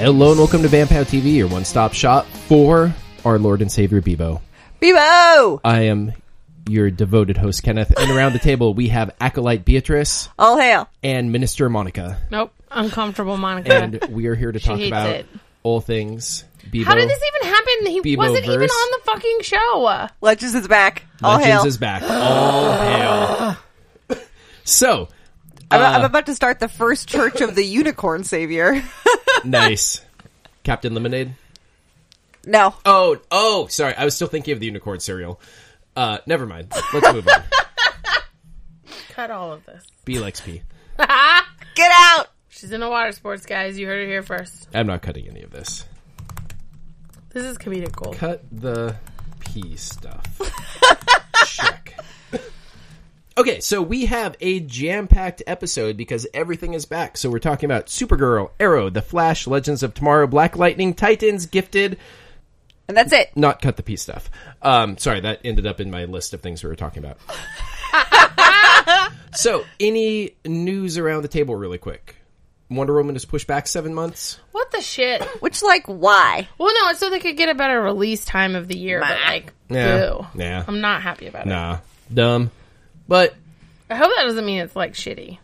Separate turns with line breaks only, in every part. Hello and welcome to Vampire TV, your one-stop shop for our Lord and Savior Bebo.
Bebo!
I am your devoted host, Kenneth, and around the table we have acolyte Beatrice
All hail.
and Minister Monica,
Nope. Uncomfortable Monica.
and we are here to talk
hates
about
it.
all things Bebo.
How did this even happen? He
Bebo
wasn't even
verse.
on the fucking show.
Legends is back. All
Legends
hail.
is back. All hail. So
I'm,
uh,
I'm about to start the first Church of the Unicorn Savior.
nice, Captain Lemonade.
no.
Oh, oh, sorry. I was still thinking of the unicorn cereal. Uh, never mind. Let's move on.
Cut all of this.
B likes P.
Get out!
She's into water sports, guys. You heard it here first.
I'm not cutting any of this.
This is comedic gold.
Cut the P stuff. Check. Okay, so we have a jam-packed episode because everything is back. So we're talking about Supergirl, Arrow, The Flash, Legends of Tomorrow, Black Lightning, Titans, Gifted.
And that's it.
Not cut the P stuff. Um, sorry, that ended up in my list of things we were talking about. so, any news around the table, really quick? Wonder Woman is pushed back seven months.
What the shit?
Which, like, why?
Well, no, it's so they could get a better release time of the year, but like,
Yeah.
boo.
Yeah.
I'm not happy about it.
Nah, dumb. But
I hope that doesn't mean it's like shitty.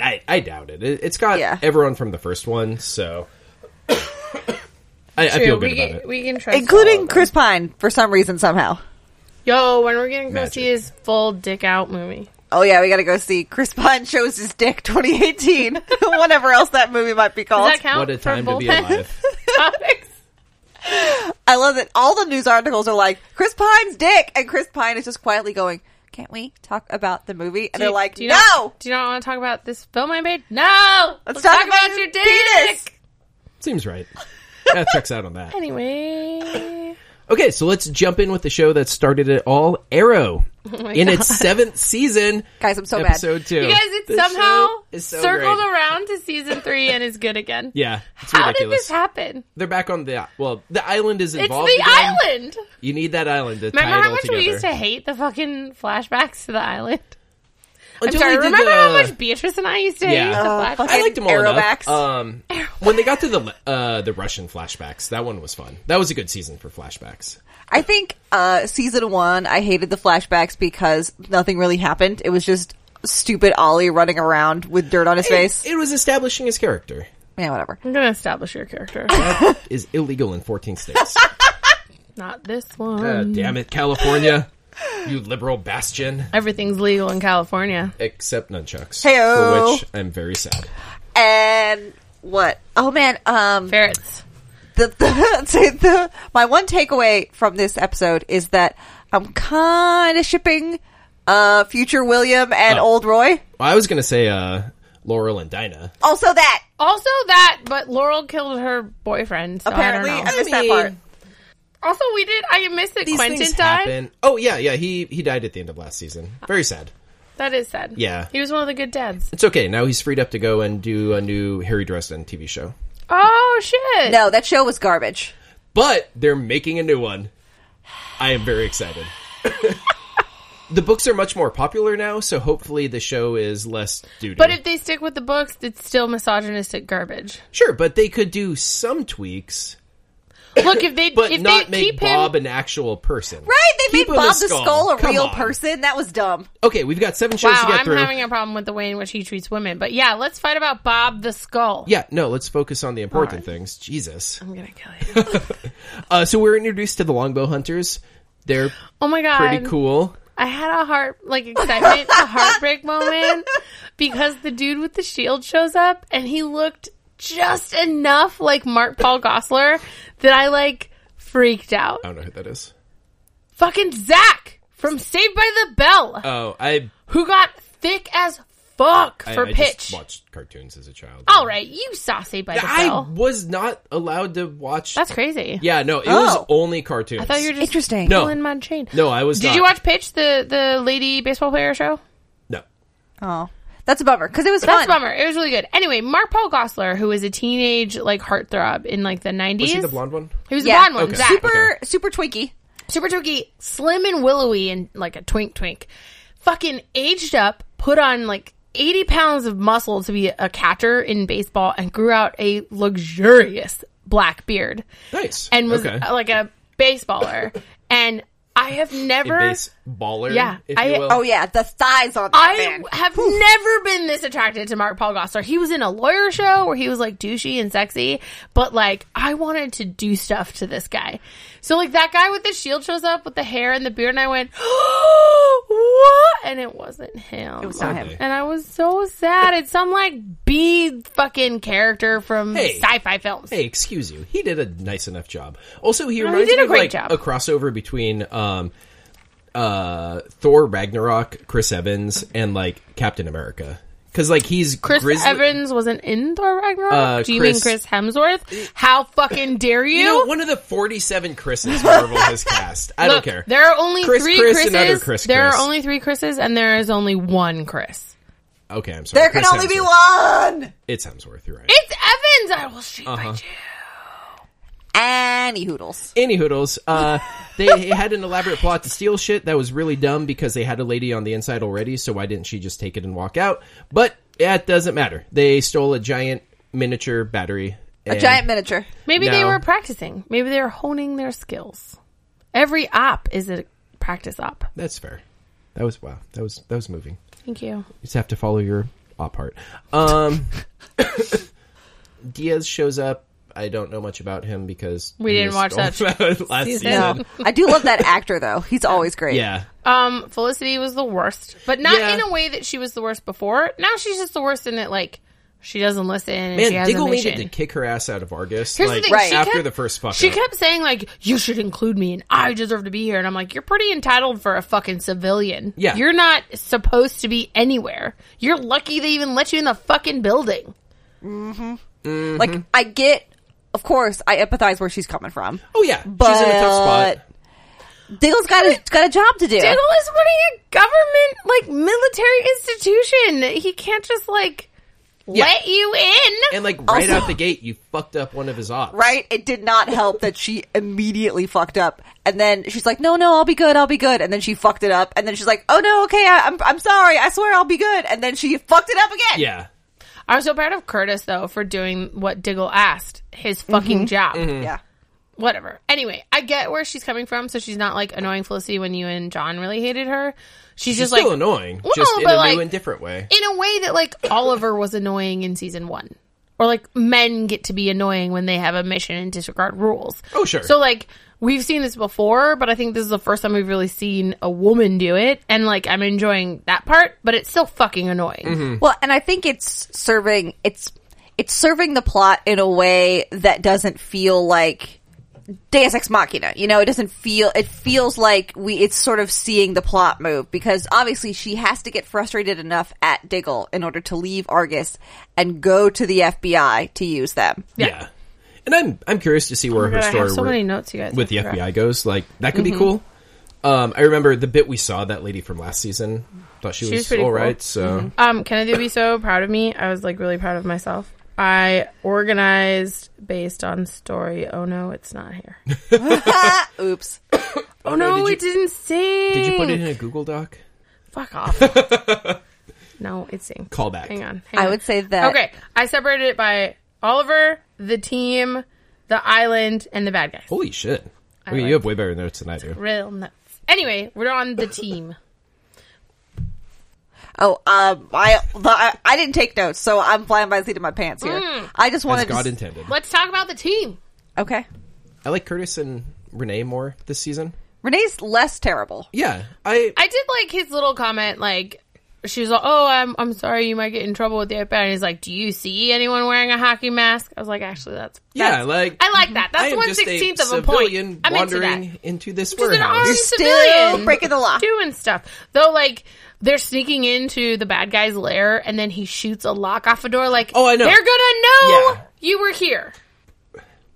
I, I doubt it. it. It's got
Yeah.
everyone from the first one, so I, I feel good
we,
about
can,
it.
we can trust all
Including
of them.
Chris Pine, for some reason, somehow.
Yo, when we're gonna go
Magic.
see his full dick out movie?
Oh, yeah, we gotta go see Chris Pine Shows His Dick 2018. Whatever else that movie might be
Does
called.
that count?
What a
for
time to be
bullpen
alive.
topics?
I love that all the news articles are like, Chris Pine's dick! And Chris Pine is just quietly going, Can't we talk about the movie? And
Do
they're
you-
like,
do you
No!
Not, do you not want to talk about this film I made? No.
Let's, talk, about, your
your dick.
penis!
Seems right. That checks out on that.
Anyway,
Okay, so let's jump in with the show that started it all, Arrow. in its seventh season.
Guys, I'm so bad.
episode two.
Oh you guys, it
The
somehow
show is so
circled
great.
around to season three and is good again.
Yeah, it's
How did
ridiculous.
this happen?
They're back on the well. The island is
It's
involved.
the
again.
island.
You need that island to tie
Remember
it
how
all
much
together.
we used to hate the fucking flashbacks to the island? I'm
Until they
sorry.
did
Remember how
the-
much Beatrice and I used to
Yeah.
hate
Oh,
the
Uh, fuck
flashbacks?
I liked them all
Arrowbacks.
enough. Um, when they got to the uh, the Russian flashbacks, that one was fun. That was a good season for flashbacks.
I think uh, season one, I hated the flashbacks because nothing really happened. It was just stupid Ollie running around with dirt on his face.
It was establishing his character.
yeah, whatever.
I'm gonna establish your character.
That is illegal in 14 states.
Not this one.
Uh, damn it, California. You liberal bastion.
Everything's legal in California.
Except nunchucks.
Heyo.
For which I'm very sad.
And what? Oh man, um,
Ferrets.
the, the, say the my one takeaway from this episode is that I'm kind of shipping uh, future William and
Oh.
old Roy.
I was going to say uh, Laurel and Dinah.
Also, that
Also that, but Laurel killed her boyfriend. So
apparently
I
I,
don't know.
missed
I
that
mean,
part.
Also, we did. I missed that
These
Quentin
things
died.
happen. Oh, yeah, yeah. He, he died at the end of last season. Very sad.
That is sad.
Yeah.
he was one of the good dads.
It's okay. Now he's freed up to go and do a new Harry Dresden TV show.
Oh shit!
No, that show was garbage.
but they're making a new one. I am very excited. the books are much more popular now, so hopefully the show is less doo
But if they stick with the books, it's still misogynistic garbage.
sure, but they could do some tweaks,
Look, if they
but
if
not
they
make
keep
Bob
him,
an actual person.
Right? They
Keep
made
him a
Bob the
skull.
Skull a
Come
real
on.
person. That was dumb.
Okay, we've got seven shows
wow,
to get
I'm
through.
having a problem with the way in which he treats women. But yeah, let's fight about Bob the Skull.
yeah, no, let's focus on the important things. Jesus.
I'm gonna kill you.
Uh, so we're introduced to the Longbow Hunters. They're
Oh my god,
pretty cool.
I had a heart like excitement, a heartbreak moment because the dude with the shield shows up and he looked just enough like Mark Paul Gossler that I like freaked out.
I don't know who that is.
Fucking Zach from Saved by the Bell,
Oh, I
who got thick as fuck
I-
for
I
pitch.
just watched cartoons as a child.
All right, you saw Saved by the
I
Bell.
was not allowed to watch
That's crazy.
Yeah, no, it
Oh.
was only cartoons.
I thought you were just
Interesting.
No.
pulling my chain.
No, I was.
Did
not.
you watch Pitch, the the lady baseball player show?
No.
Oh, that's a bummer because it was fun.
That's a bummer. It was really good. Anyway, Mark Paul Gossler, who was a teenage like heartthrob in like the nineties.
Was he the blonde one?
He was
Yeah.
the blonde one.
Okay.
Zach.
Super-
Super,
Super, super twinky.
twinky, slim and willowy, and like a twink twink. Fucking aged up, put on like 80 pounds of muscle to be a catcher in baseball and grew out a luxurious black beard
Nice.
and was
okay.
uh, like a baseballer. and I have never.
base baller.
Yeah,
If you
I-
will.
Oh yeah, the thighs on that
I
man.
have never been this attracted to Mark Paul Gosselaar. He was in a lawyer show where he was like douchey and sexy, but like I wanted to do stuff to this guy. So like that guy with the shield shows up with the hair and the beard, and I went, "What?" And it wasn't him. It
was not him.
And I was so sad. It's some like B fucking character from
Hey.
sci-fi films.
Hey, excuse you. He did a nice enough job. Also, he reminds
did
me
a
of
great
like
job.
a crossover between um, uh, Thor Ragnarok, Chris Evans, and like Captain America. Because like he's
Chris
grizzly-
Evans was an indoor Ragnarok.
Uh,
Do you mean
Chris-
Chris Hemsworth? How fucking dare you?
You know, one of the forty-seven Chris's Marvel has cast. I don't
Look,
care.
There are only
Chris,
three
Chris,
Chris's.
and other Chris,
There
Chris.
are only three Chris's, and there is only one Chris.
Okay, I'm sorry.
There can
Chris
only be
Hemsworth.
one.
It's Hemsworth. You're right.
It's Evans. I will shoot my
Uh-huh.
you.
Any hoodles.
Any hoodles. Uh, they had an elaborate plot to steal shit that was really dumb because they had a lady on the inside already, so why didn't she just take it and walk out? But that doesn't matter. They stole a giant miniature battery.
A giant miniature.
Maybe they
No.
were practicing. Maybe they were honing their skills. Every op is a practice op.
That's fair. That was wow. That was that was moving.
Thank you.
You just have to follow your op heart. Um, Diaz shows up. I don't know much about him because
We
he was
didn't watch that
stolen last
season.
season.
No, Oh, I do love that actor though. He's always great.
Yeah,
Um, Felicity was the worst, but not
Yeah.
in a way that she was the worst befefore. Now she's just the worst in that like she doesn't listen. And
man,
she has
Diggle
a mission.
needed to kick her ass out of Argus.
Here's
like,
the thing.
Right.
She
after
kept,
the first fuck
She
up.
kept saying, like, you should include me and I deserve to be here. And I'm like, you're pretty entitled for a fucking civilian.
Yeah.
You're not supposed to be anywhere. You're lucky they even let you in the fucking building.
Like I get, of course, I empathize where she's coming from.
Oh yeah, she's in a tough spot.
Diggle's got a got a job to do.
Diggle is running a government, like, military institution. He can't just, like, let you in.
And like right
Also-
out the gate, you fucked up one of his ops.
Right? It did not help that she immediately fucked up, and then she's like, "No, no, I'll be good, I'll be good," and then she fucked it up, and then she's like, "Oh no, okay, I, I'm I'm sorry, I swear I'll be good," and then she fucked it up again.
Yeah.
I was so proud of Curtis, though, for doing what Diggle asked his fucking
Mm-hmm.
job.
yeah.
whatever. Anyway, I get where she's coming from, so she's not like annoying Felicity when you and John really hated her. She's,
She's
just like
still annoying,
Well,
just in
but,
a
like-
new and different way.
in a way that like Oliver was annoying in season one. Or like men get to be annoying when they have a mission and disregard rules.
Oh, sure.
So like we've seen this before, but I think this is the first time we've really seen a woman do it, and like I'm enjoying that part, but it's still fucking annoying.
Mm-hmm.
Well, and I think it's serving it's it's serving the plot in a way that doesn't feel like Deus Ex Machina. You know, it doesn't feel it feels like we it's sort of seeing the plot move because obviously she has to get frustrated enough at Diggle in order to leave Argus and go to the FBI to use them.
Yeah.
Yeah.
And I'm I'm curious to see where her
Oh God, I
story
have so
wor-
many notes, you guys.
with
I
the
forgot.
FBI goes. Like that could
Mm-hmm.
be cool. Um, I remember the bit we saw that lady from last season. Thought she,
She was
was,
pretty
all
cool.
right. So
Um, can I be so proud of me? I was like really proud of myself. I organized based on story. Oh no, it's not here.
Oops.
Oh no,
did you-
it didn't sing.
did you put it in a Google Doc?
Fuck off. no, it sings.
Call back.
Hang on. hang
I
on.
would say that
Okay, I separated it by Oliver, the team, the island, and the bad guys.
Holy shit! Okay,
like-
you have way better notes than I do.
Real nuts. Anyway, we're on the team.
Oh, um, I the, I, I didn't take notes, so I'm flying by the seat of my pants here. I
As
just wanted
God
to, s-
intended.
Let's talk about the team.
okay.
I like Curtis and Renee more this season.
Renee's less terrible.
Yeah, I
I did like his little comment, like she was like, "Oh, I'm I'm sorry, you might get in trouble with the FBI." And he's like, "Do you see anyone wearing a hockey mask?" I was like, "Actually, that's
yeah
that's-
like
I like that.
I
That's
am
one
just a
sixteenth of a
civilian
point. I'm into
wandering
that.
into this
Just an
warehouse.
armed
still
civilian
breaking the law.
doing stuff though. Like they're sneaking into the bad guy's lair, and then he shoots a lock off a door. Like,
Oh, I know.
They're gonna know
Yeah.
you were here.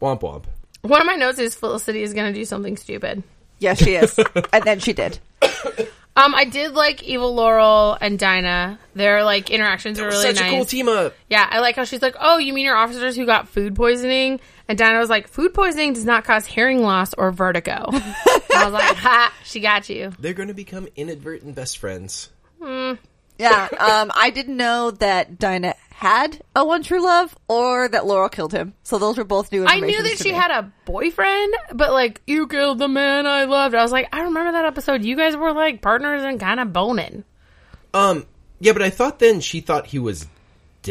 Womp womp.
One of my notes is Felicity is gonna do something stupid.
Yes, she is. and then she did.
Um, I did like Evil Laurel and Dinah. Their like interactions were really
Such
nice.
a cool team up.
Yeah, I like how she's like, "Oh, you mean your officers who got food poisoning?" And Dinah was like, "Food poisoning does not cause hearing loss or vertigo." And I was like, "Ha, she got you."
They're going to become inadvertent best friends.
Yeah. Um, I didn't know that Dinah had a one true love or that Laurel killed him. So those were both new
I
information.
knew that
to
she
me.
had a boyfriend, but like, you killed the man I loved. I was like, I remember that episode. You guys were like partners and kind of boning.
Um, yeah, but I thought then she thought he was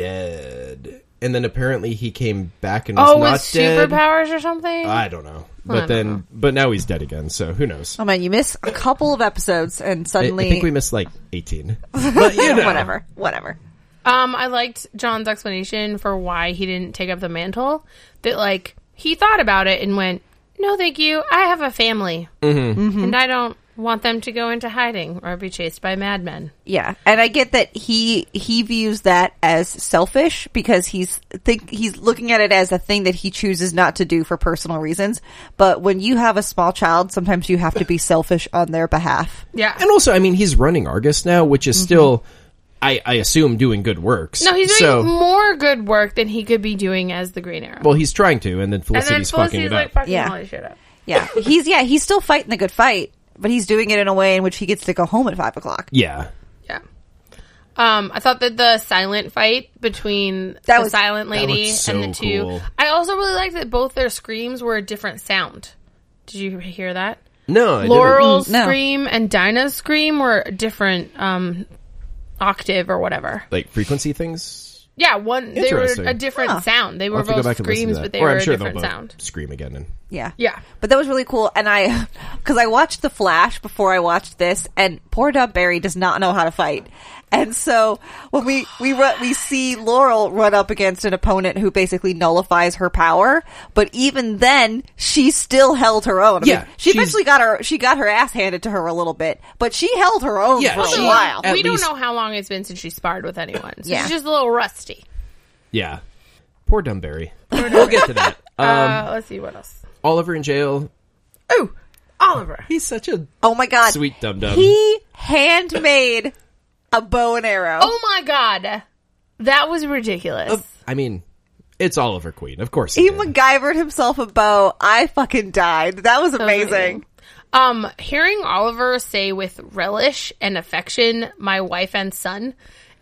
dead, and then apparently he came back and was
Oh,
not
with
dead.
superpowers or something?
I don't know,
I
but
don't
then,
know.
but now he's dead again. So who knows?
Oh man, you miss a couple of episodes and
I, I
suddenly
think we missed like eighteen. But you know,
whatever, whatever.
Um, I liked John's explanation for why he didn't take up the mantle. That like he thought about it and went, "No, thank you. I have a family,
Mm-hmm.
and I don't want them to go into hiding or be chased by madmen."
Yeah, and I get that he he views that as selfish because he's think he's looking at it as a thing that he chooses not to do for personal reasons. But when you have a small child, sometimes you have to be selfish on their behalf.
Yeah.
And also, I mean, he's running Argus now, which is still, I, I assume, doing good works.
Mm-hmm. No, he's doing
so.
more good work than he could be doing as the Green Arrow.
well, he's trying to, and then
and then
Felicity's fucking
Felicity's
it
like
up.
fucking
Yeah.
all this shit up.
Yeah, he's yeah he's still fighting the good fight, but he's doing it in a way in which he gets to go home at five o'clock.
yeah,
Yeah. Um, I thought that the silent fight between
That
the
was-
silent lady
looked so
and the two.
cool.
I also really liked that both their screams were a different sound. Did you hear that?
no, I didn't.
Laurel's
Mm, no.
scream and Dinah's scream were a different um, octave or whatever.
like frequency things.
Yeah, one they were
Interesting.
a different
Huh.
sound. They were
I'll have to go
both
back and listen to
screams,
that.
but they
or
were
I'm sure
a
they'll
different
both
sound.
Scream again, and
Yeah,
Yeah.
But that was really cool, and I because I watched The Flash before I watched this, and poor Barry does not know how to fight. And so when we we run, we see Laurel run up against an opponent who basically nullifies her power, but even then she still held her own. I
Yeah,
she
she's-
eventually got her she got her ass handed to her a little bit, but she held her own
Yeah,
for a
she-
while.
At
we don't
least-
know how long it's been since she sparred with anyone. So
Yeah.
she's just a little rusty.
yeah, poor Dumberry. we'll get to that.
uh, let's see what else.
Oliver in jail.
Oh, Oliver.
He's such a
Oh my god,
sweet dum dum.
He handmade a bow and arrow.
Oh my god. That was ridiculous.
I mean, it's Oliver Queen, of course. He
He
did.
MacGyvered himself a bow. I fucking died. That was amazing.
Um, hearing Oliver say with relish and affection, my wife and son,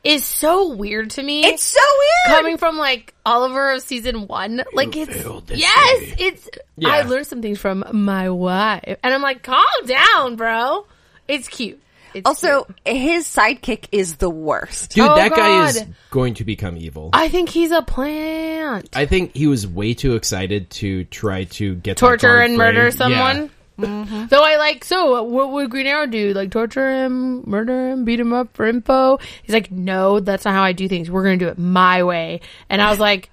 is so weird to me.
It's so weird.
coming from like Oliver of season one. Like it's
failed this
yes,
day.
it's.
Yeah.
I learned some things from my wife, and I'm like, calm down, bro. It's cute. It's
also,
cute.
his sidekick is the worst.
Dude,
Oh,
that guy is
God.
going to become evil. I,
I think he's a plant.
think he was way too excited to try to get that
torture
guard
and
free.
murder
Yeah.
someone. Mm-hmm. Though I like, so what would Green Arrow do? Like torture him, murder him, beat him up for info? He's like, no, that's not how I do things. We're gonna do it my way. And I was like,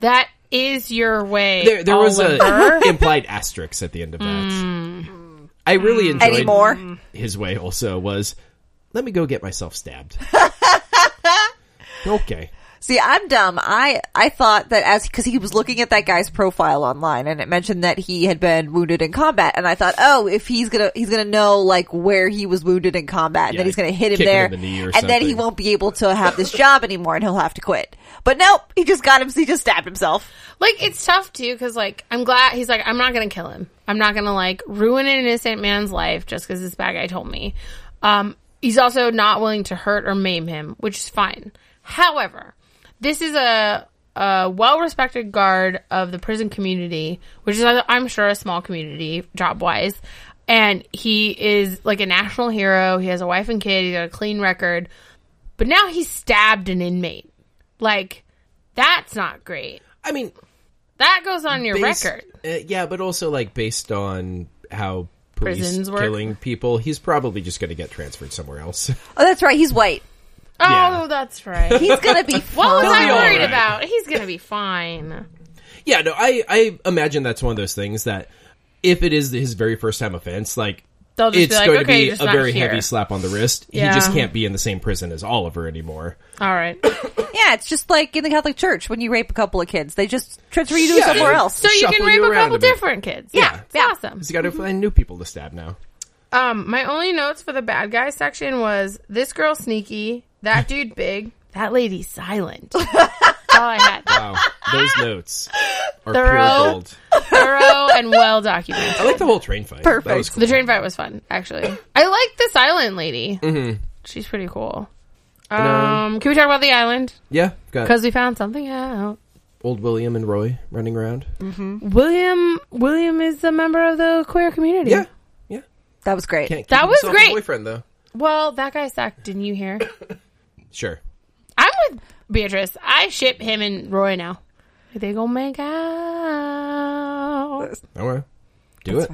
that is your way.
There, there was
Oliver.
a implied asterisk at the end of that.
Mm-hmm.
I really enjoyed
Anymore?
his way. Also, was let me go get myself stabbed. okay,
See, I'm dumb. I I thought that as because he was looking at that guy's profile online, and it mentioned that he had been wounded in combat, and I thought, oh, if he's gonna he's gonna know like where he was wounded in combat, and
Yeah,
then he's gonna hit him
kick him
there,
in the knee or
and then he
something.
won't be able to have this job anymore, and he'll have to quit. But nope, he just got him. He just stabbed himself.
like it's tough too because like i'm glad he's like i'm not gonna kill him i'm not gonna like ruin an innocent man's life just because this bad guy told me um he's also not willing to hurt or maim him which is fine however this is a a well-respected guard of the prison community which is i'm sure a small community job-wise and he is like a national hero he has a wife and kid he's got a clean record but now he stabbed an inmate like that's not great
I mean,
that goes on your
based-
record.
uh, yeah, but also like based on how police
Prisons work.
killing people, he's probably just going to get transferred somewhere else.
Oh, that's right. He's white.
Oh,
Yeah.
that's right.
He's gonna be.
What was
be
I
all
worried
right.
about? He's gonna be fine.
Yeah, no, I I imagine that's one of those things that if it is his very first time offense, like
They'll just be
it's
like,
going
"Okay,
to
just
be a
not
very
here."
heavy slap on the wrist.
Yeah.
He just can't be in the same prison as Oliver anymore.
All right.
Yeah, it's just like in the Catholic Church when you rape a couple of kids, they just transfer you to
Yeah,
somewhere
it-
else.
So you can
Shuffle
rape
you
a
around
couple
a bit.
different kids. Yeah, it's
yeah.
awesome.
He's got to find new people to stab now.
Um, my only notes for the bad guy section was this girl sneaky, that dude big, that lady silent. That's all I had.
Wow, those notes are
Thorough.
pure gold.
Thorough and well documented.
I like the whole train fight.
Perfect.
That was cool.
The train fight was fun, actually. I like the silent lady. Mm-hmm. She's pretty cool. Um, can we talk about the island?
Yeah, got
Because we found something out.
old William and Roy running around.
Mm-hmm. William William is a member of the queer community.
Yeah, yeah.
That was great.
Can't keep
That was
himself a
great.
boyfriend though.
Well, that guy sucked. Didn't you hear?
Sure.
I'm with Beatrice. I ship him and Roy now. They gonna make out.
All right. Do it.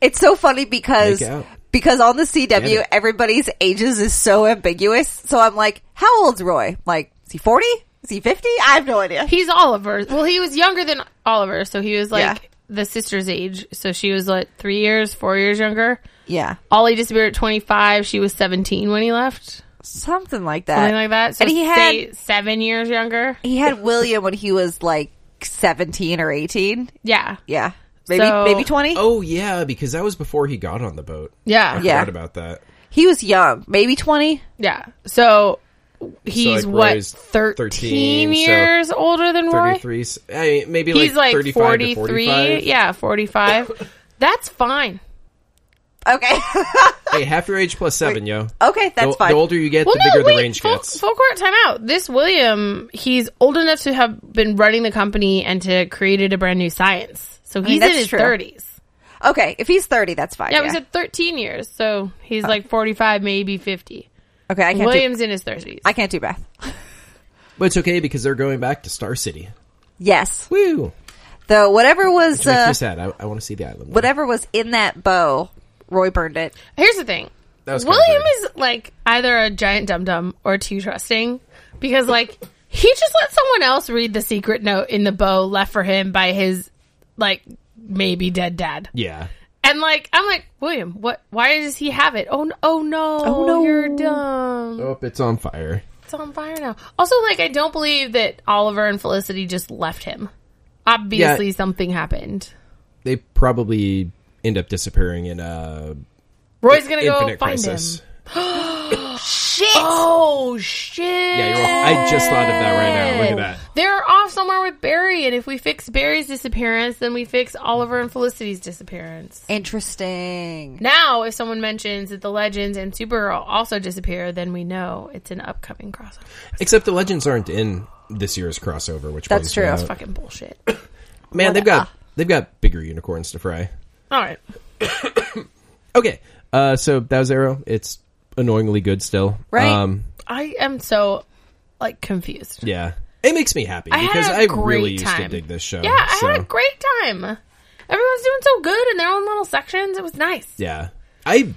It's so funny because
Make out.
because on the CW
Get it.
everybody's ages is so ambiguous. So I'm like, how old's Roy? Like, is he forty? Is he fifty? I have no idea.
He's Oliver. Well, he was younger than Oliver, so he was like
Yeah.
the sister's age. So she was like three years, four years younger.
Yeah,
Ollie disappeared at 25. She was 17 when he left.
something like that.
Something like that. So
and he
say
had
seven years younger.
he had William when he was like seventeen or eighteen.
Yeah.
Yeah, maybe
So-
maybe twenty.
Oh yeah, because that was before he got on the boat.
Yeah.
I
Yeah.
Yeah.
forgot about that.
He was young, maybe twenty.
So he's
like,
what,
Roy's
13,
13, so
years older than Roy?
Thirty-three. s- Hey, maybe like,
He's like,
thirty-five to
43.
forty-five.
Yeah, 45. That's fine.
Okay,
Hey, half your age plus seven, yo.
okay,
the,
that's fine.
The older you get,
Oh, Well,
the bigger
no, wait,
the range
full,
gets.
full court timeout. This William, he's old enough to have been running the company and to created a brand new science. So he's in
that's
his
true.
30s.
okay, if he's thirty, that's fine.
Yeah,
Yeah,
we said 13 years. So he's like 45, maybe 50.
okay, I can't. Do,
William's in his 30s.
I can't do math.
But it's okay because they're going back to Star City.
Yes,
Woo!
though whatever was
Which makes
uh,
me sad. I, I want to see the island.
whatever was in that bow, Roy burned it.
Here's the thing.
That was kinda
William
weird.
is like either a giant dum dum or too trusting because like he just let someone else read the secret note in the bow left for him by his like maybe dead dad.
Yeah.
And like I'm like William, what? Why does he have it? Oh, n- oh no! Oh
no.
You're dumb.
Oh, it's on fire.
It's on fire now. Also, like I don't believe that Oliver and Felicity just left him. Obviously,
Yeah.
something happened.
They probably end up disappearing in uh,
Roy's gonna go
Infinite
find
Crisis.
him. Shit! Oh shit!
Yeah, you're right. I just thought of that right now. Look at that.
They're off somewhere with Barry, and if we fix Barry's disappearance, then we fix Oliver and Felicity's disappearance.
Interesting.
Now, if someone mentions that the Legends and Supergirl also disappear, then we know it's an upcoming crossover.
Except the legends aren't in this year's crossover, which
That's
brings me
true.
out.
It's fucking bullshit.
Man, they've got they've got bigger unicorns to fry.
All right.
Okay, uh, so that was Arrow. It's annoyingly good still. Um,
Right.
I am so, like, confused.
yeah, it makes me happy
I had
because
a
I
great
really used to
time.
dig this show.
Yeah, I
so,
had a great time. Everyone's doing so good in their own little sections. It was nice.
yeah. I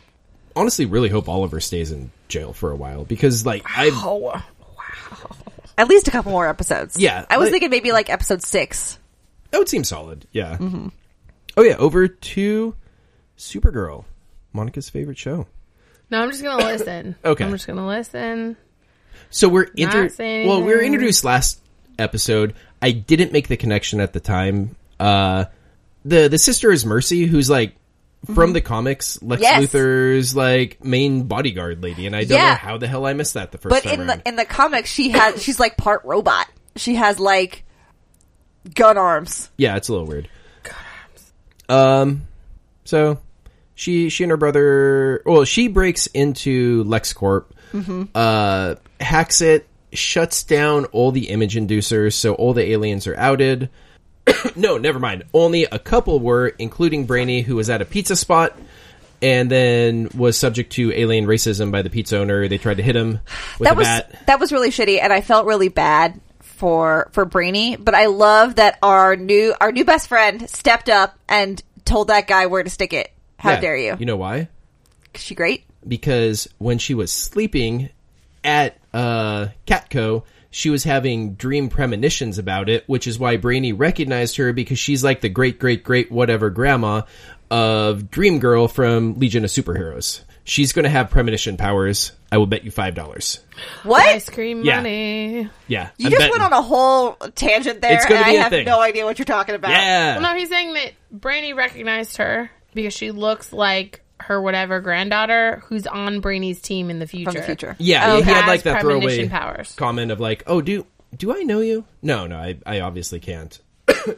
honestly really hope Oliver stays in jail for a while because, like, I
Oh, wow.
At least a couple more episodes.
Yeah,
I was
like-
thinking maybe like episode six.
that would seem solid. Yeah. Oh yeah, over to Supergirl, Monica's favorite show.
No, I'm just going to listen.
Okay.
I'm just going to listen.
So we're inter-
Not saying
well, we were
anything.
introduced last episode. I didn't make the connection at the time. Uh, the the sister is Mercy, who's like from the comics, Lex
Mm-hmm. Yes.
Luthor's like main bodyguard lady, and I don't
Yeah.
know how the hell I missed that the first
But
time.
in
around.
the in the comics, she has she's like part robot. She has like gun arms.
yeah, it's a little weird. Um, so she she and her brother, well, she breaks into LexCorp,
Mm-hmm.
uh, hacks it, shuts down all the image inducers, so all the aliens are outed. no, never mind. Only a couple were, including Brainy, who was at a pizza spot. And then was subject to alien racism by the pizza owner. They tried to hit him with
That
a
was
bat.
that was really shitty, and I felt really bad for for Brainy. But I love that our new our new best friend stepped up and told that guy where to stick it. How
Yeah.
dare you?
You know why?
Is she great?
because when she was sleeping at uh, Catco, she was having dream premonitions about it, which is why Brainy recognized her because she's like the great, great, great whatever grandma of Dream Girl from Legion of Superheroes. She's going to have premonition powers. I will bet you five dollars.
What?
Ice cream
Yeah.
money.
Yeah,
You just went on a whole tangent there,
It's
and
gonna
I
be a
have
thing.
no idea what you're talking about.
yeah.
Well, no, he's saying that Brainy recognized her because she looks like her whatever granddaughter who's on Brainy's team in the future.
From the future.
Yeah, yeah, he had
Oh, Has
like that throwaway
premonition powers.
comment of like, "Oh, do do I know you?" No, no, I, I obviously can't.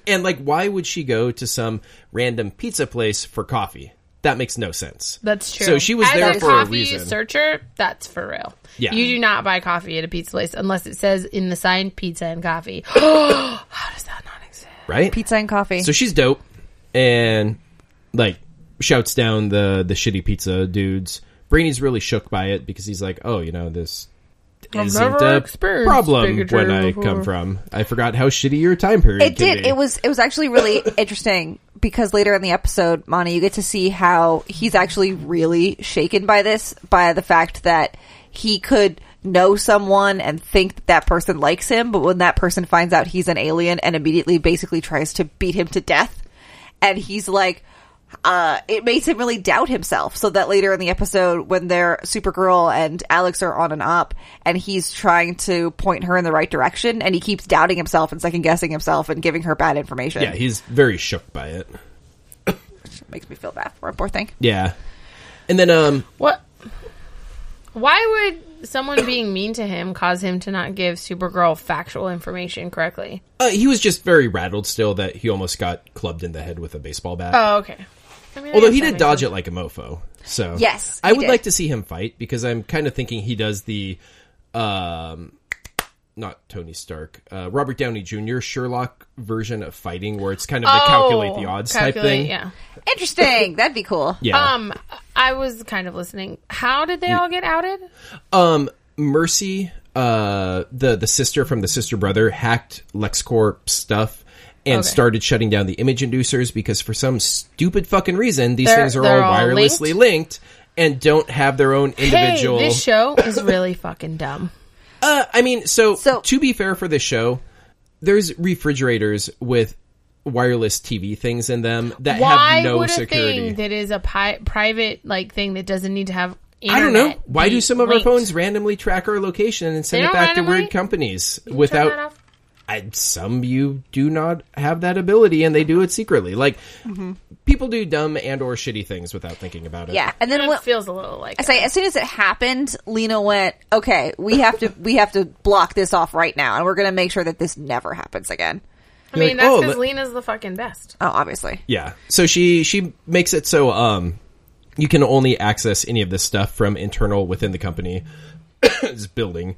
and like, why would she go to some random pizza place for coffee? That makes no sense.
That's true.
So she was
As
there
a
for a
coffee
reason.
Searcher, that's for real.
Yeah.
You do not buy coffee at a pizza place unless it says in the sign pizza and coffee. How does that not exist?
Right?
Pizza and coffee.
So she's dope and like shouts down the the shitty pizza dudes. Brainy's really shook by it because he's like, "Oh, you know, this
I've
isn't
never
a
experienced
problem
bigotry
when I
before."
come from. I forgot how shitty your time period
it
can
did.
be."
It was it was actually really interesting because later in the episode, Monty, you get to see how he's actually really shaken by this, by the fact that he could know someone and think that that person likes him, but when that person finds out he's an alien and immediately basically tries to beat him to death, and he's like. Uh, it makes him really doubt himself. So that later in the episode, when they're Supergirl and Alex are on and up, and he's trying to point her in the right direction, and he keeps doubting himself and second guessing himself and giving her bad information.
yeah, he's very shook by it.
makes me feel bad for him. Poor thing.
Yeah. And then um
What? Why would someone being mean to him cause him to not give Supergirl factual information correctly?
uh, he was just very rattled still that he almost got clubbed in the head with a baseball bat.
Oh, okay. I mean, I
Although
guess
he
that
did
makes
dodge
sense.
it like a mofo. So
Yes,
I
he
would
did.
like to see him fight because I'm kind of thinking he does the, um, not Tony Stark, uh, Robert Downey Jr. Sherlock version of fighting, where it's kind of the calculate the
Oh,
odds type
calculate,
thing.
Yeah.
Interesting. That'd be cool.
Yeah.
Um, I was kind of listening. How did they all get outed?
Um, Mercy, uh, the the sister from the sister brother, hacked LexCorp stuff and
Okay.
started shutting down the image inducers because for some stupid fucking reason these
They're-
things are all
they're all
wirelessly
linked?
linked. and don't have their own individual.
Hey, this show is really fucking dumb.
Uh, I mean, so,
So-
to be fair for this show, there's refrigerators with wireless TV things in them that
Why
have no
would a
security.
thing that is a pi- private like thing that doesn't need to have
I don't
internet
know. Why
be
do some of
linked?
our phones randomly track our location and send
They
it
don't
back to
randomly?
weird companies
Turn that
without?
off.
I, some you do not have that ability, and they do it secretly. Like people do dumb and or shitty things without thinking about it.
Yeah. And then
It
what,
feels a little like
I say, as soon as it happened, Lena went, "Okay, we have to we have to block this off right now, and we're going to make sure that this never happens again."
I mean,
like,
that's
oh,
because
let-
Lena's the fucking best.
Oh, obviously.
Yeah. So she she makes it so um you can only access any of this stuff from internal within the company this building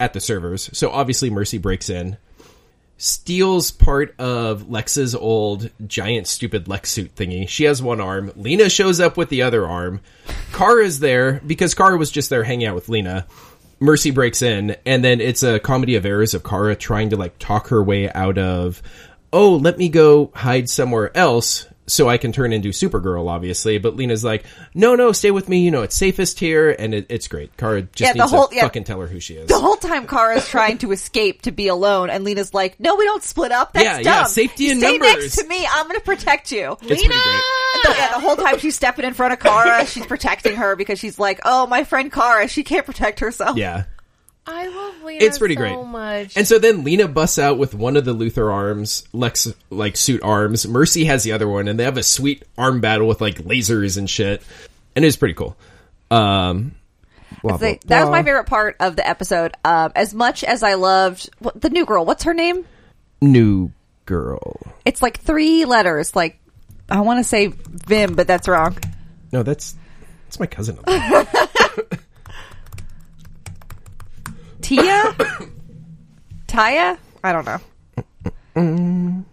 at the servers. So obviously Mercy breaks in, steals part of Lex's old giant stupid Lex suit thingy. She has one arm. Lena shows up with the other arm. Kara is there because Kara was just there hanging out with Lena. Mercy breaks in, and then it's a comedy of errors of Kara trying to like talk her way out of, oh, let me go hide somewhere else so I can turn into Supergirl, obviously. But Lena's like, no, no, stay with me. You know, it's safest here, and it, it's great. Kara just
Yeah, the
needs
whole-
to
yeah.
fucking tell her who she is.
The whole time Kara's trying to escape to be alone, and Lena's like, "No, we don't split up. That's
Yeah,
dumb.
yeah, safety in
Stay
numbers."
next to me. I'm going to protect you."
It's pretty great.
The, yeah, the whole time she's stepping in front of Kara, she's protecting her because she's like, "Oh, my friend Kara, she can't protect herself."
Yeah.
I love Lena.
It's pretty
so
great.
Much.
And so then Lena busts out with one of the Luther arms, Lex like suit arms. Mercy has the other one, and they have a sweet arm battle with like lasers and shit. And it was pretty cool. Um, blah,
They-
blah,
that was
blah.
my favorite part of the episode. Um, as much as I loved what, the new girl, what's her name?
new girl.
It's like three letters. Like I want to say Vim, but that's wrong.
No, that's that's my cousin.
Tia, Taya. I don't know.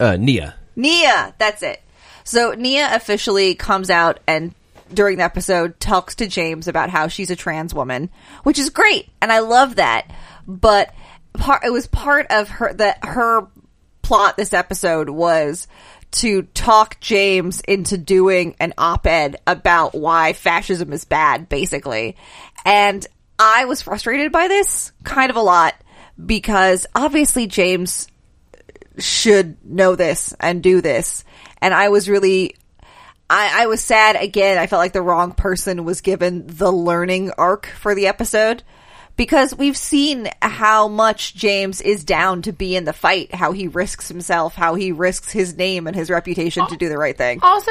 uh, Nia.
Nia, that's it. So Nia officially comes out and during the episode talks to James about how she's a trans woman, which is great, and I love that. But part, it was part of her that her plot this episode was to talk James into doing an op-ed about why fascism is bad, basically. And I was frustrated by this kind of a lot because obviously James should know this and do this. And I was really, I, I was sad again. I felt like the wrong person was given the learning arc for the episode because we've seen how much James is down to be in the fight, how he risks himself, how he risks his name and his reputation to do the right thing.
Also,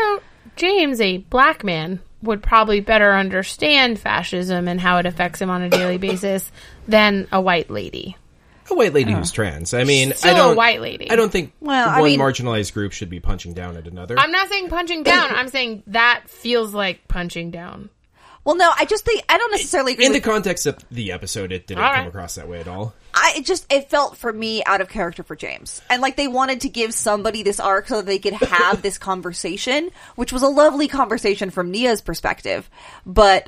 James, a black man, would probably better understand fascism and how it affects him on a daily basis than a white lady.
a white lady who's trans. I mean,
Oh. Still
I
a
don't
white lady.
I don't think
Well, I
one
mean-
marginalized group should be punching down at another.
I'm not saying punching down. I'm saying that feels like punching down.
Well, no, I just think I don't necessarily agree.
In the
With,
context of the episode, it didn't
All
come
right.
across that way at all.
I it just it felt for me out of character for James, and like they wanted to give somebody this arc so that they could have this conversation, which was a lovely conversation from Nia's perspective, but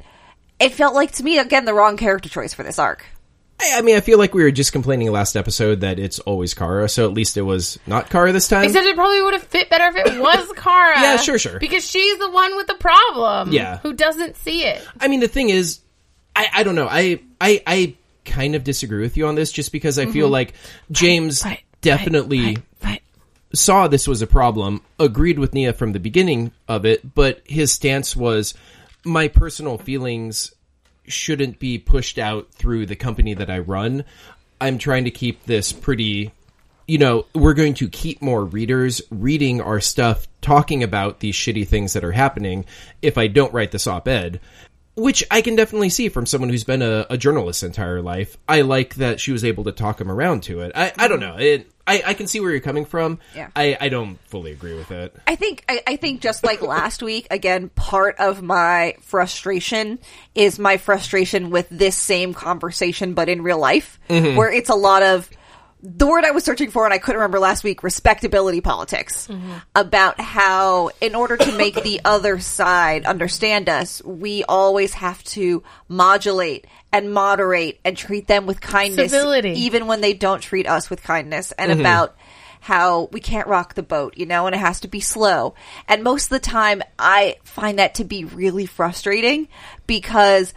it felt like to me again the wrong character choice for this arc.
I, I mean, I feel like we were just complaining last episode that it's always Kara, so at least it was not Kara this time.
Except it probably would have fit better if it was Kara.
Yeah, sure, sure.
Because she's the one with the problem.
Yeah.
Who doesn't see it.
I mean, the thing is, I, I don't know. I, I I kind of disagree with you on this, just because I feel like James
But-
definitely
but-
saw this was a problem, agreed with Nia from the beginning of it, but his stance was my personal feelings shouldn't be pushed out through the company that I run. I'm trying to keep this pretty you know, we're going to keep more readers reading our stuff, talking about these shitty things that are happening if I don't write this op ed. Which I can definitely see from someone who's been a, a journalist's entire life. I like that she was able to talk him around to it. I, I don't know. It, I, I can see where you're coming from.
Yeah.
I, I don't fully agree with it.
I think I, I think just like last week, again, part of my frustration is my frustration with this same conversation, but in real life, where it's a lot of the word I was searching for, and I couldn't remember last week, respectability politics, about how in order to make the other side understand us, we always have to modulate and moderate and treat them with kindness,
Civility.
even when they don't treat us with kindness, and about how we can't rock the boat, you know, and it has to be slow. And most of the time, I find that to be really frustrating because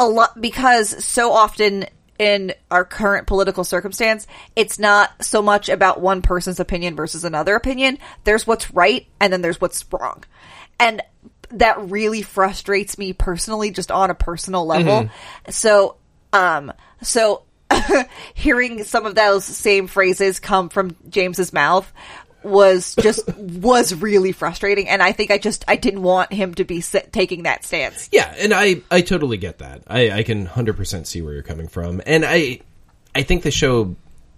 a lot, because so often in our current political circumstance, it's not so much about one person's opinion versus another opinion. There's what's right and then there's what's wrong. And that really frustrates me personally, just on a personal level. So, um, so hearing some of those same phrases come from James's mouth was just was really frustrating and i think i just i didn't want him to be sit, taking that stance
Yeah, and I, I totally get that. I, I can hundred percent see where you're coming from, and I I think the show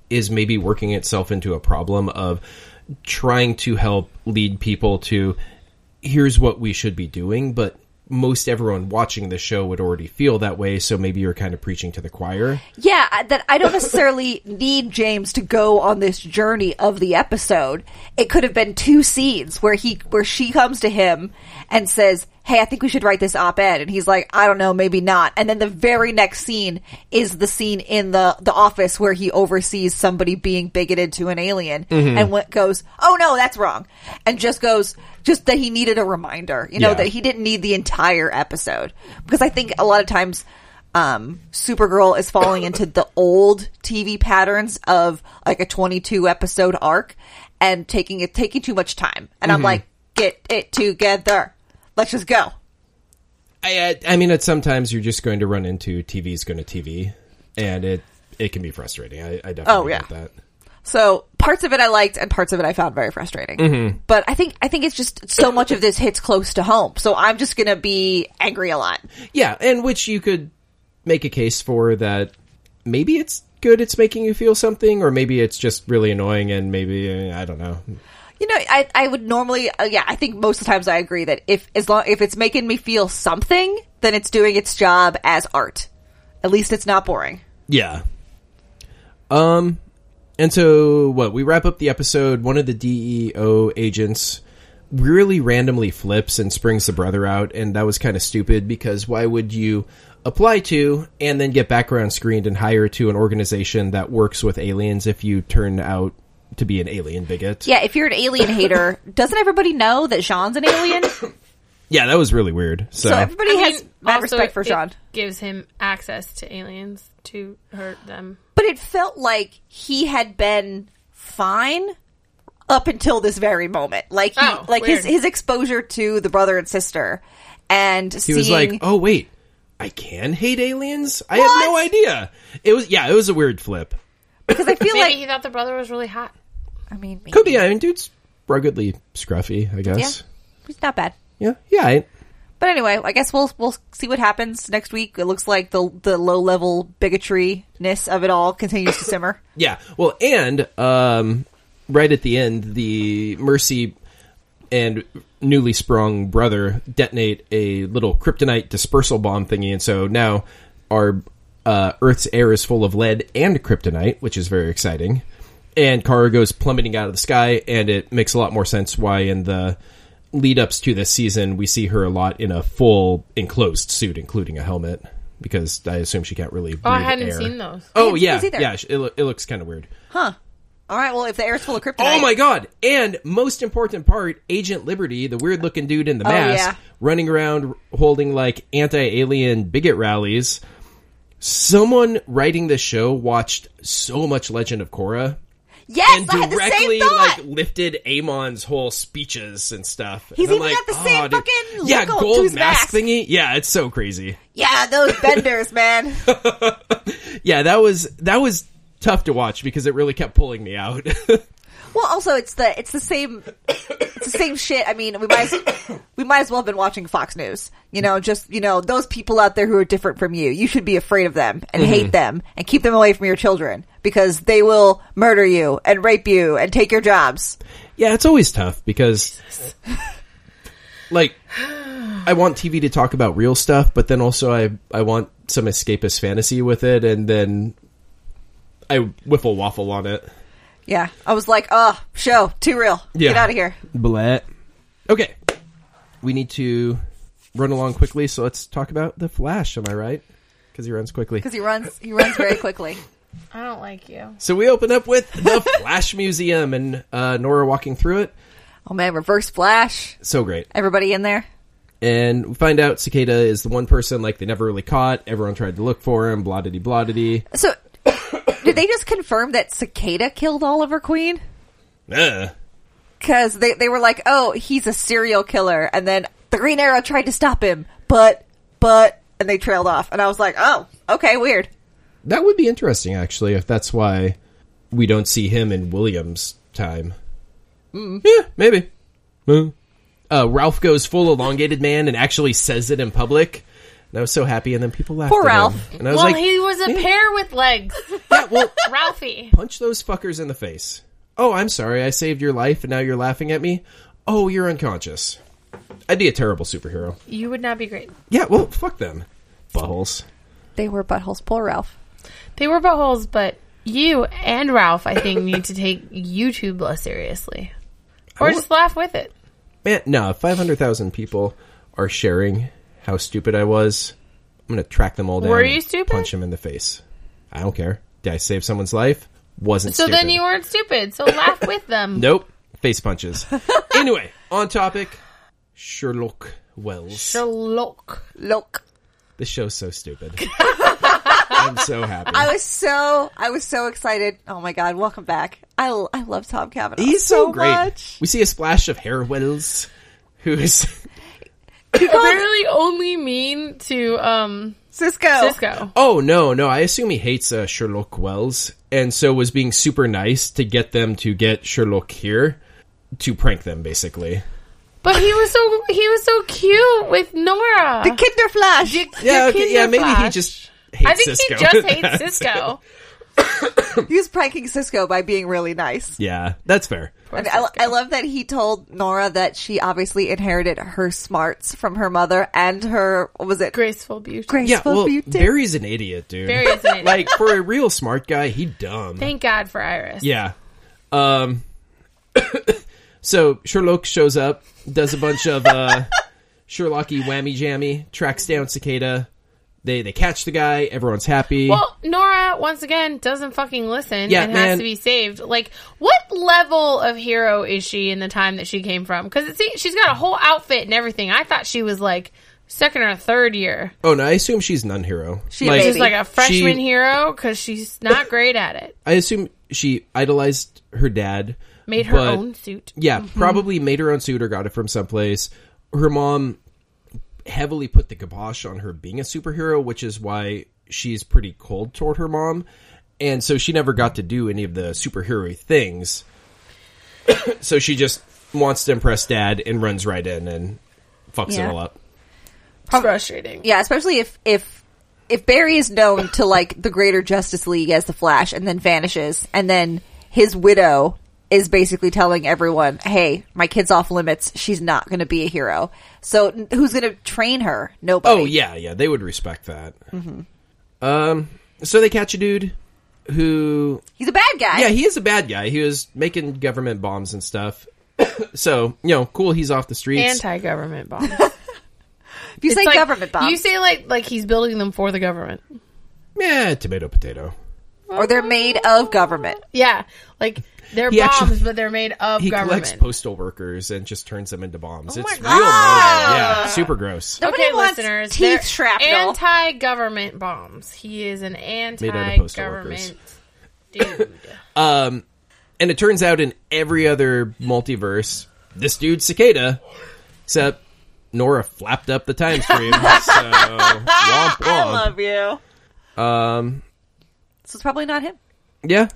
is maybe working itself into a problem of trying to help lead people to here's what we should be doing, but most everyone watching the show would already feel that way, so maybe you're kind of preaching to the choir.
yeah I- that i don't necessarily need james to go on this journey of the episode it could have been two scenes where he where she comes to him and says hey i think we should write this op-ed and he's like i don't know maybe not and then the very next scene is the scene in the the office where he oversees somebody being bigoted to an alien and what goes oh no that's wrong and just goes just that he needed a reminder you know
Yeah.
that he didn't need the entire episode because i think a lot of times um, Supergirl is falling into the old TV patterns of like a 22 episode arc and taking it taking too much time. And I'm like, get it together. Let's just go.
I I, I mean, at sometimes you're just going to run into TV's going to TV, and it it can be frustrating. I, I definitely
Oh, yeah.
get that.
So parts of it I liked and parts of it I found very frustrating. But I think I think it's just so much of this hits close to home. So I'm just gonna be angry a lot.
Yeah, and which you could make a case for that maybe it's good it's making you feel something or maybe it's just really annoying and maybe uh, I don't know.
You know, I I would normally uh, yeah, I think most of the times I agree that if as long if it's making me feel something, then it's doing its job as art. At least it's not boring.
Yeah. Um and so what, we wrap up the episode one of the DEO agents really randomly flips and springs the brother out and that was kind of stupid because why would you apply to and then get background screened and hire to an organization that works with aliens if you turn out to be an alien bigot?
Yeah, if you're an alien hater, doesn't everybody know that Sean's an alien? so
Yeah, that was really weird. So,
everybody
I
has
mean,
mad
also,
respect for
it
Sean.
Gives him access to aliens to hurt them.
But it felt like he had been fine up until this very moment. Like he,
Oh,
like his
weird.
his exposure to the brother and sister and
he
seeing
was like, "Oh wait, I can hate aliens. I had no
What?
idea." It was yeah, it was a weird flip.
because I feel
Maybe
like
he thought the brother was really hot.
I mean
Could be. I mean, dude's ruggedly scruffy. I guess.
he's not bad.
Yeah. Yeah. I,
But anyway, I guess we'll we'll see what happens next week. It looks like the the low level bigotry ness of it all continues to simmer.
Yeah. Well, and um, right at the end, the Mercy and newly sprung brother detonate a little kryptonite dispersal bomb thingy, and so now our uh, Earth's air is full of lead and kryptonite, which is very exciting. And Kara goes plummeting out of the sky, and it makes a lot more sense why in the lead ups to this season we see her a lot in a full enclosed suit, including a helmet, because I assume she can't really.
Oh, I
breathe
hadn't
air.
seen those.
Oh
hadn't seen
yeah,
these either.
yeah. sh- It, loo- it looks kind of weird.
All right. Well, if the air's full of kryptonite,
Oh my god! And most important part, Agent Liberty, the weird looking dude in the mask,
Oh, yeah.
running around holding like anti-alien bigot rallies. Someone writing this show watched so much Legend of Korra
yes,
and
I had the
directly
same thought.
like lifted Amon's whole speeches and stuff.
He's
And
even
I'm like,
got the same
"Oh, dude."
fucking
yeah
logo to
gold
his
mask
mask.
thingy. Yeah, it's so crazy.
yeah, those benders, man.
Yeah, that was that was tough to watch because it really kept pulling me out.
Well, also it's the it's the same it's the same shit. I mean, we might as, we might as well have been watching Fox News. You know, just you know those people out there who are different from you. You should be afraid of them and
Mm-hmm.
hate them and keep them away from your children because they will murder you and rape you and take your jobs.
Yeah, it's always tough because, like, I want TV to talk about real stuff, but then also I I want some escapist fantasy with it, and then I whiffle waffle on it.
Yeah, I was like, oh, show too real.
Yeah.
Get out of here.
Blat. Okay, we need to run along quickly, so let's talk about the Flash. Am I right? Because he runs quickly.
Because he runs, he runs very quickly.
I don't like you.
So we open up with the Flash Museum and uh, Nora walking through it.
Oh man, reverse flash.
So great.
Everybody in there.
and we find out Cicada is the one person like they never really caught. Everyone tried to look for him. Blah diddy blah diddy.
So, did they just confirm that Cicada killed Oliver Queen?
Ugh.
because they, they were like, oh, he's a serial killer. And then the Green Arrow tried to stop him, but, but, and they trailed off. And I was like, oh, okay, weird.
That would be interesting actually if that's why we don't see him in Williams' time.
Hmm.
Yeah, maybe. Mm. Uh, Ralph goes full elongated man and actually says it in public. And I was so happy, and then people laughed.
Poor
at him.
Ralph.
And I was
Well,
like,
he was a pair with legs,
yeah, well,
Ralphie.
punch those fuckers in the face. Oh, I'm sorry, I saved your life, and now you're laughing at me. Oh, you're unconscious. I'd be a terrible superhero.
You would not be great.
Yeah, well, fuck them. Buttholes.
They were buttholes. Poor Ralph.
They were buttholes, but you and Ralph, I think, need to take YouTube less seriously, or
I
just laugh with it.
Man, no, 500,000 people are sharing how stupid I was. I'm going to track them all down.
Were
and
you stupid?
Punch them in the face. I don't care. Did I save someone's life? Wasn't
So
stupid.
then you weren't stupid. So laugh with them.
Nope. Face punches. anyway, on topic, Sherlock Wells.
Sherlock.
Look.
this show's so stupid. I'm so happy.
I was so, I was so excited. Oh my God, welcome back. I, l- I love Tom Cavanaugh.
He's so, great.
much.
We see a splash of Hair Wells, who is
Apparently, only mean to um
Cisco.
Cisco.
Oh no, no! I assume he hates uh, Sherlock Wells, and so was being super nice to get them to get Sherlock here to prank them, basically.
But he was so he was so cute with Nora.
The Kinder Flash.
Yeah, okay,
Kinder
yeah. Maybe he
Flash.
just hates
I think
Cisco.
he just hates Cisco.
he was pranking Cisco by being really nice.
yeah, that's fair.
And I, I love that he told Nora that she obviously inherited her smarts from her mother and her, what was it?
Graceful beauty.
Yeah,
Graceful
well,
beauty.
Barry's an idiot, dude.
Barry is an idiot.
like for a real smart guy, he dumb.
Thank God for Iris.
Yeah. Um. so Sherlock shows up, does a bunch of uh, Sherlocky whammy jammy, tracks down Cicada. They they catch the guy. Everyone's happy.
Well, Nora once again doesn't fucking listen
Yeah,
and
man.
has to be saved. Like, what level of hero is she in the time that she came from? Because see, she's got a whole outfit and everything. I thought she was like second or third year.
Oh no, I assume she's nun hero.
She a
She's
baby.
like a freshman
She-
hero because she's not great at it.
I assume she idolized her dad.
Made her
but-
own suit.
Yeah, probably made her own suit or got it from someplace. Her mom heavily put the kibosh on her being a superhero, which is why she's pretty cold toward her mom. And so she never got to do any of the superhero things. so she just wants to impress dad and runs right in and fucks
Yeah.
it all up.
It's frustrating.
Yeah, especially if if if Barry is known to like the greater Justice League as the Flash and then vanishes and then his widow is basically telling everyone, "Hey, my kid's off limits. She's not going to be a hero." So n- who's going to train her? Nobody.
Oh yeah, yeah, they would respect that. Um, so they catch a dude who,
He's a bad guy.
yeah, he is a bad guy. He was making government bombs and stuff. so you know, cool. He's off the streets.
Anti-government bomb.
if you say
It's like-
government bomb
You say like like he's building them for the government.
yeah, tomato potato.
or they're made of government.
Yeah, like they're
He
bombs,
actually-
but they're made of
He
government. Oh
collects postal workers and just turns them into bombs. it's
my
real
God.
morbid. Yeah, super gross.
Nobody
okay,
wants
listeners,
teeth
they're
shrapnel.
Anti-government bombs. He is an
out of postal
anti-government dude.
And it turns out in every other multiverse, this dude Cicada, except Nora flapped up the time stream. so womp womp.
you. Um. So it's probably not him.
Yeah,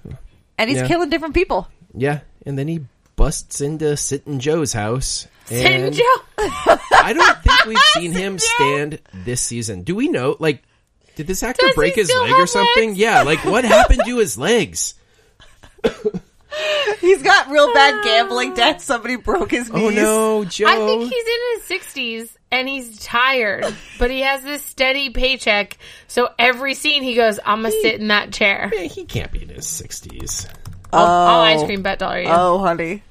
And he's
Yeah.
killing different people.
yeah. And then he busts into Sit and Joe's house.
Tin
And
Joe.
I don't think we've seen him stand this season. Do we know? Like, did this actor
Does he
break his
still
leg or
have
something?
legs?
Yeah. Like, what happened to his legs?
He's got real bad gambling debt. Somebody broke his knees.
Oh no, Joe.
I think he's in his sixties and he's tired, but he has this steady paycheck. So every scene he goes, "I'm gonna sit in that chair."
Yeah, he can't be in his sixties.
I'll, I'll ice cream bet dollar you.
Oh, honey.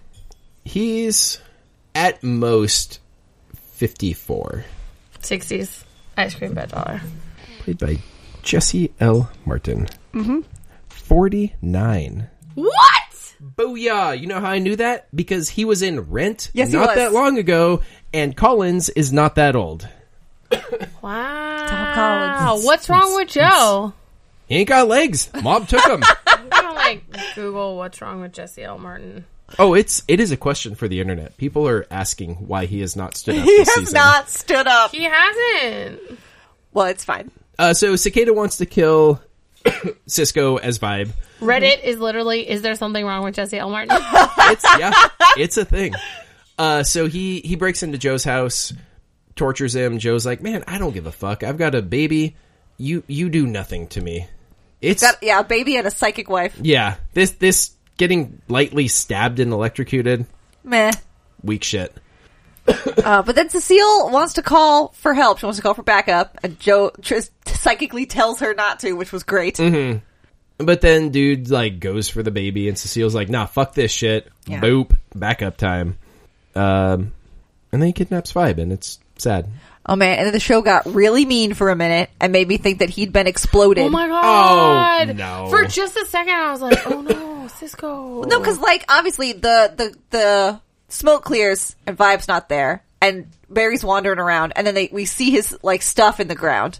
He's at most fifty-four.
Sixties ice cream bet dollar.
Played by Jesse L. Martin. Mm-hmm. Forty-nine.
What?
Booyah! You know how I knew that? Because he was in Rent
Yes, he
not
was.
that long ago, and Collins is not that old.
Wow.
Collins.
What's wrong with Joe?
He ain't got legs. Mob took him.
I'm gonna like Google what's wrong with Jesse L. Martin.
oh, it's it is a question for the internet. People are asking why he has not stood up
He
this
has
season.
not stood up.
He hasn't.
Well, it's fine.
Uh, so Cicada wants to kill Cisco as vibe.
Reddit is literally, is there something wrong with Jesse Oh L. Martin?
it's yeah, it's a thing. Uh, so he he breaks into Joe's house, tortures him. Joe's like, "Man, I don't give a fuck. I've got a baby. You you do nothing to me." It's
Got yeah, a baby and a psychic wife.
yeah. This this getting lightly stabbed and electrocuted,
Meh.
weak shit.
Uh, but then Cecile wants to call for help. She wants to call for backup, and Joe tr- psychically tells her not to, which was great.
Mm-hmm. But then dude like goes for the baby, and Cecile's like, "Nah, fuck this shit.
Yeah.
Boop, backup time." Um, and then he kidnaps Vibe, and it's sad.
Oh man! And then the show got really mean for a minute and made me think that he'd been exploded.
Oh my god.
no.
For just a second, I was like, oh no, Cisco.
No, because like obviously the the the smoke clears and Vibe's not there, and Barry's wandering around, and then they we see his like stuff in the ground,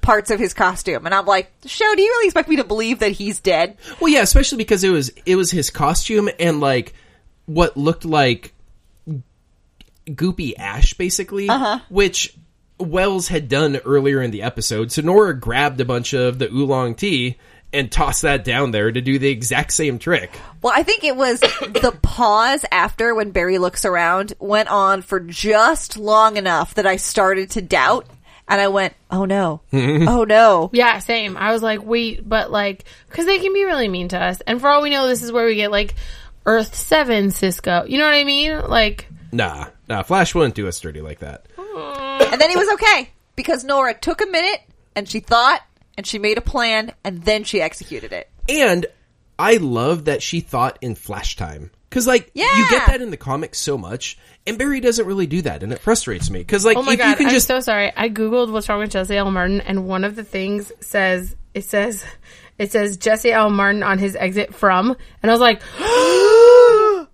parts of his costume, and I'm like, show, do you really expect me to believe that he's dead?
Well, yeah, especially because it was it was his costume and like what looked like goopy ash, basically, which Wells had done earlier in the episode. So Nora grabbed a bunch of the oolong tea and tossed that down there to do the exact same trick.
Well, I think it was the pause after when Barry looks around went on for just long enough that I started to doubt, and I went, oh no, oh no.
Yeah, same. I was like, wait, but like, because they can be really mean to us. And for all we know, this is where we get like Earth 7 Cisco. You know what I mean? Like,
Nah, nah, Flash wouldn't do us dirty like that.
And then he was okay because Nora took a minute and she thought and she made a plan and then she executed it.
And I love that she thought in Flash time. Cause like you
Yeah.
get that in the comics so much, and Barry doesn't really do that, and it frustrates me. Cause like
oh my
if
god,
you can
I'm
just
so sorry. I googled what's wrong with Jesse L. Martin, and one of the things says it says it says Jesse L. Martin on his exit from, and I was like,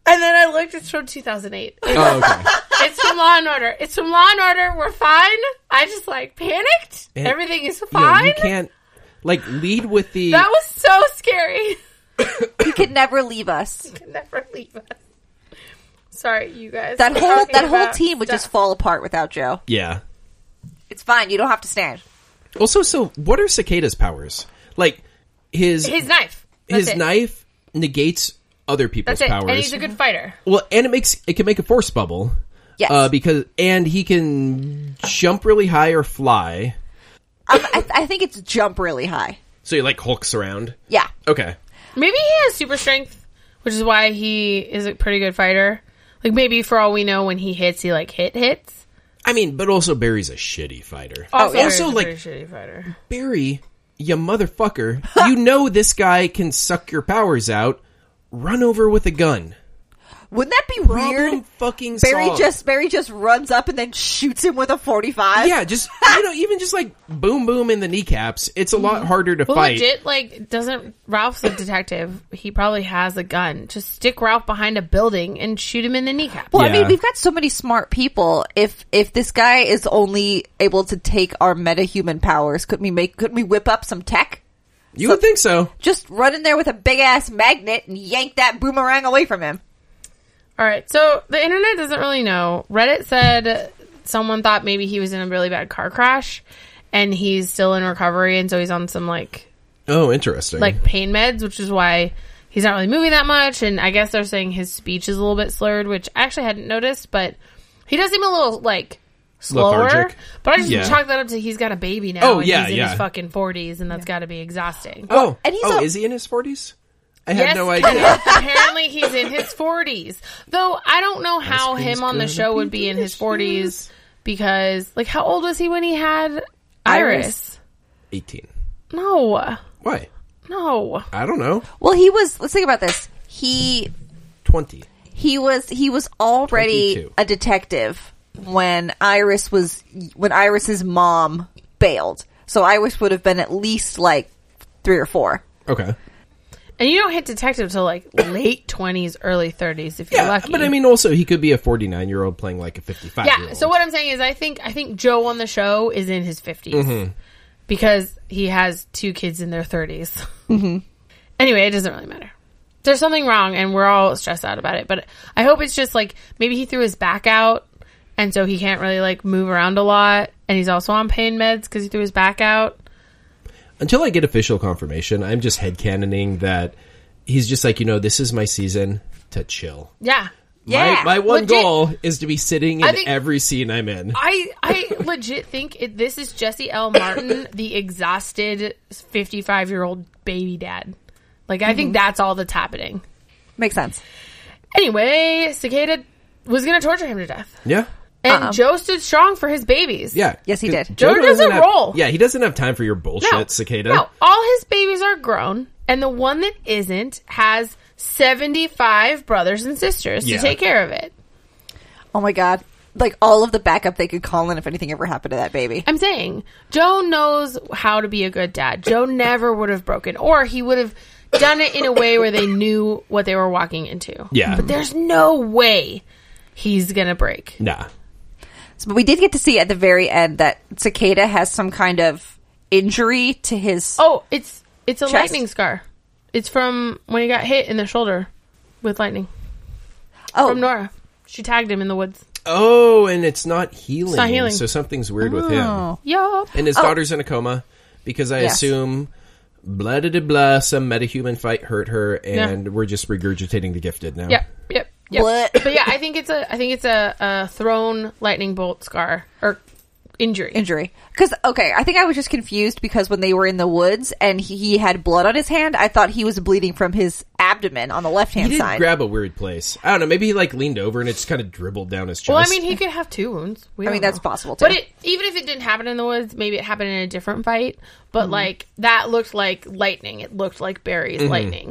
and then I looked. It's from 2008.
oh okay.
It's from Law and Order. It's from Law and Order. We're fine. I just like panicked.
Man,
Everything is
you know,
fine.
you can't like lead with the
that was so scary.
You could never leave us.
Never leave us. Sorry, you guys.
That
We're
whole
talking
that whole
about
team would just fall apart without Joe.
yeah.
It's fine. You don't have to stand.
Also, so what are Cicada's powers? Like his
his
his,
knife. That's it.
knife negates other people's
That's it.
powers.
And he's a good fighter.
well, and it makes it can make a force bubble,
Yes.
Uh, because and he can jump really high or fly.
Um, I, I think it's jump really high.
So he like hulks around.
Yeah.
Okay.
Maybe he has super strength, which is why he is a pretty good fighter. Like maybe for all we know, when he hits, he like hit hits.
I mean, but also Barry's a shitty fighter.
Oh,
Also,
yeah.
Oh, Barry's
Also,
a
like-
pretty shitty fighter.
Barry, you motherfucker, you know this guy can suck your powers out. Run over with a gun.
Wouldn't that be
Problem
weird?
fucking
Barry
solved.
just Barry just runs up and then shoots him with a forty five.
yeah, just you know, even just like boom, boom in the kneecaps. It's a lot harder to
But
fight.
Mm-hmm. legit, like doesn't Ralph's a detective? He probably has a gun. Just stick Ralph behind a building and shoot him in the kneecap.
Well, I
Yeah.
mean, we've got so many smart people. If if this guy is only able to take our metahuman powers, could we make? Could we whip up some tech?
You would think so.
Just run in there with a big ass magnet and yank that boomerang away from him.
All right, so the internet doesn't really know. Reddit said someone thought maybe he was in a really bad car crash, and he's still in recovery, and so he's on some like
Oh, interesting.
like pain meds, which is why he's not really moving that much. And I guess they're saying his speech is a little bit slurred, which I actually hadn't noticed, but he does seem a little like slower.
Lethargic.
But I just
Yeah.
chalk that up to he's got a baby now.
Oh,
and
yeah,
he's in
yeah.
his fucking forties, and that's got to be exhausting.
oh,
and he's
oh,
a-
is he in his forties? I
Yes,
had no idea.
apparently he's in his forties. Though I don't know how
Husband's
him on the
gonna
show
be
would be in his
delicious.
forties because, like, how old was he when he had Iris?
Eighteen.
No,
Why?
no.
I don't know.
Well, he was. Let's think about this. He
Twenty.
he was he was already
22.
a detective when Iris was when Iris's mom bailed. So Iris would have been at least like three or four.
Okay.
And you don't hit detective till like late twenties, early thirties if you're
Yeah,
lucky.
but I mean, also he could be a forty-nine-year-old playing like a fifty-five.
yeah. So what I'm saying is, I think I think Joe on the show is in his 50s
Mm-hmm.
because he has two kids in their 30s. Mm-hmm. Anyway, it doesn't really matter. There's something wrong, and we're all stressed out about it. But I hope it's just like maybe he threw his back out, and so he can't really like move around a lot, and he's also on pain meds because he threw his back out.
until I get official confirmation, I'm just headcanoning that he's just like, you know, this is my season to chill.
Yeah.
Yeah.
My, my one
Legit-
goal is to be sitting in
I think-
every scene I'm in.
I, I legit think it, this is Jesse L. Martin, the exhausted 55 year old baby dad. Like, I
Mm-hmm.
think that's all that's happening.
Makes sense.
Anyway, Cicada was going to torture him to death.
yeah.
And
Uh-uh.
Joe stood strong for his babies.
Yeah.
Yes, he did.
Joe
Joe doesn't
have-
roll.
Yeah, he doesn't have time for your bullshit,
No,
Cicada.
No, all his babies are grown, and the one that isn't has 75 brothers and sisters
Yeah.
to take care of it.
Oh my god. Like all of the backup they could call in if anything ever happened to that baby.
I'm saying Joe knows how to be a good dad. Joe never would have broken, or he would have done it in a way where they knew what they were walking into.
Yeah.
But there's no way he's going to break.
Nah.
So, but we did get to see at the very end that Cicada has some kind of injury to his
Oh, it's it's a
Chest.
lightning scar. It's from when he got hit in the shoulder with lightning
oh,
from Nora. She tagged him in the woods.
Oh, and it's not healing.
not healing. Oh.
So something's weird with him.
Yup.
And his daughter's in a coma because I
Yes.
assume blah da da blah, some metahuman fight hurt her, and
Yeah.
we're just regurgitating the gifted now.
Yep. Yep. Yep.
What?
But yeah, I think it's a I think it's a, a thrown lightning bolt scar or injury.
injury. Because okay, I think I was just confused because when they were in the woods and he, he had blood on his hand, I thought he was bleeding from his abdomen on the left
He
hand
did
side.
grab a weird place. I don't know. Maybe he like leaned over and it just kind of dribbled down his chest.
Well, I mean, he could have two wounds. We
I mean,
don't
that's
know.
possible,
But
too.
it, even if it didn't happen in the woods, maybe it happened in a different fight. But like that looked like lightning. It looked like Barry's lightning.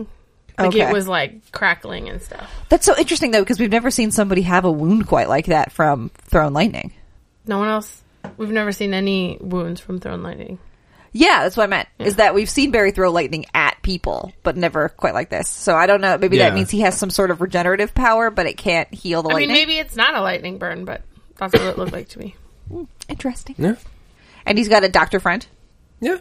Like
Okay.
it was like crackling and stuff.
That's so interesting though, because we've never seen somebody have a wound quite like that from thrown lightning.
No one else. We've never seen any wounds from thrown lightning.
Yeah, that's what I meant. Is that we've seen Barry throw lightning at people, but never quite like this. So I don't know. Maybe
Yeah.
that means he has some sort of regenerative power, but it can't heal the
I mean,
lightning.
maybe it's not a lightning burn, but that's what it looked like to me.
Interesting.
yeah,
And he's got a doctor friend.
yeah.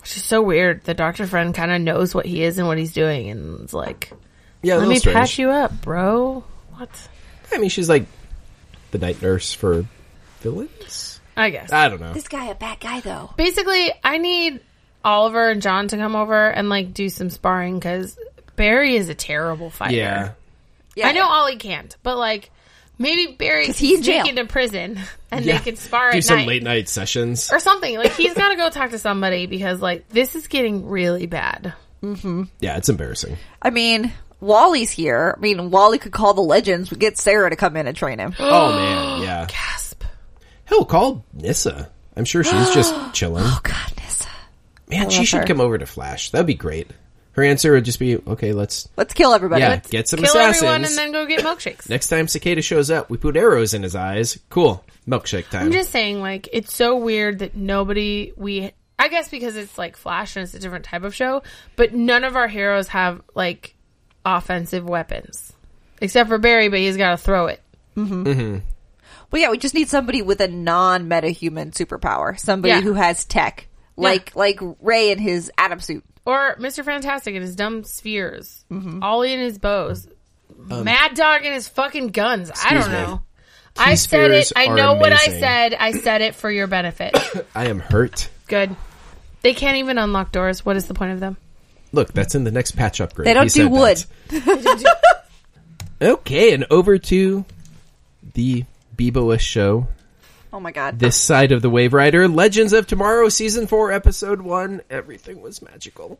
Which is so weird. The doctor friend kind of knows what he is and what he's doing, and it's like,
Yeah, a
let
little
me
strange.
patch you up, bro. What?
I mean, she's like the night nurse for villains.
I guess.
I don't know.
This guy a bad guy though.
Basically, I need Oliver and John to come over and like do some sparring because Barry is a terrible fighter.
Yeah,
Yeah.
I know Ollie can't, but like Maybe Barry can
he in
sneak
jail.
into prison and
Yeah.
they can spar
Do
at
some
night Er.
late night sessions.
or something. Like he's got to go talk to somebody because like this is getting really bad.
Yeah, it's embarrassing.
I mean, Wally's here. I mean, Wally could call the legends, get Sarah to come in and train him.
Oh man, yeah.
Gasp.
Hell, call Nissa. I'm sure she's just chilling.
Oh,
God, Nissa.
Man, she should
her.
come over to Flash. That'd be great. Her answer would just be, "Okay, let's
Let's kill everybody.
yeah, get some
Kill everyone
assassins."
and then go get milkshakes.
Next time Cicada shows up, we put arrows in his eyes. Cool, milkshake time.
I'm just saying, like, it's so weird that nobody we I guess because it's like Flash and it's a different type of show, but none of our heroes have like offensive weapons. Except for Barry, but he's gotta throw it.
Well, yeah, we just need somebody with a non-metahuman superpower. Somebody
Yeah.
who has tech, like like Ray in his atom suit.
Or Mr. Fantastic and his dumb spheres.
Mm-hmm.
Ollie and his bows. Mad Dog and his fucking guns. I
Um, excuse
don't
me.
know. I said
spheres
it. I
are
know what I
amazing.
said. I said it for your benefit.
I am hurt.
Good. They can't even unlock doors. What is the point of them?
Look, that's in the next patch upgrade.
They don't
He
do
said
wood.
that. Okay, and over to the Beboish show.
Oh my god.
This side of the Wave Rider, Legends of Tomorrow, Season 4, Episode 1. Everything was magical.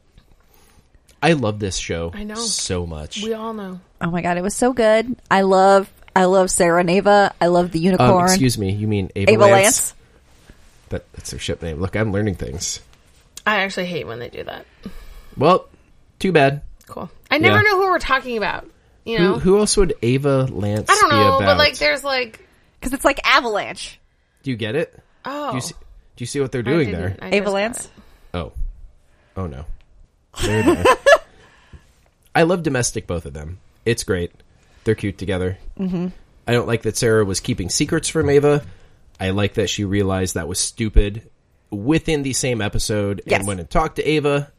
I love this show. I
know.
So much.
We all know.
oh my god, it was so good. I love I love Sarah Neva. I love the
Um,
unicorn.
excuse me, you mean Ava,
Ava
Lance?
Lance.
That, that's her ship name. Look, I'm learning things.
I actually hate when they do that.
Well, too bad.
Cool. I never
Yeah.
know who we're talking about. You know,
Who, who else would Ava Lance
I don't
be
know,
about?
but like, there's like,
Because it's like Avalanche.
do you get it?
oh,
Do you see, do you see what they're
I
doing there?
didn't- I just
Ava
got
Lance.
it.
Oh. Oh no. They're there. I love domestic both of them. It's great. They're cute together. Mm-hmm. I don't like that Sarah was keeping secrets from Ava. I like that she realized that was stupid within the same episode
Yes.
and went and talked to Ava.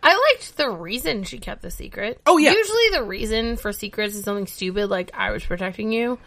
I liked the reason she kept the secret.
Oh, yeah.
Usually, the reason for secrets is something stupid, like I was protecting you,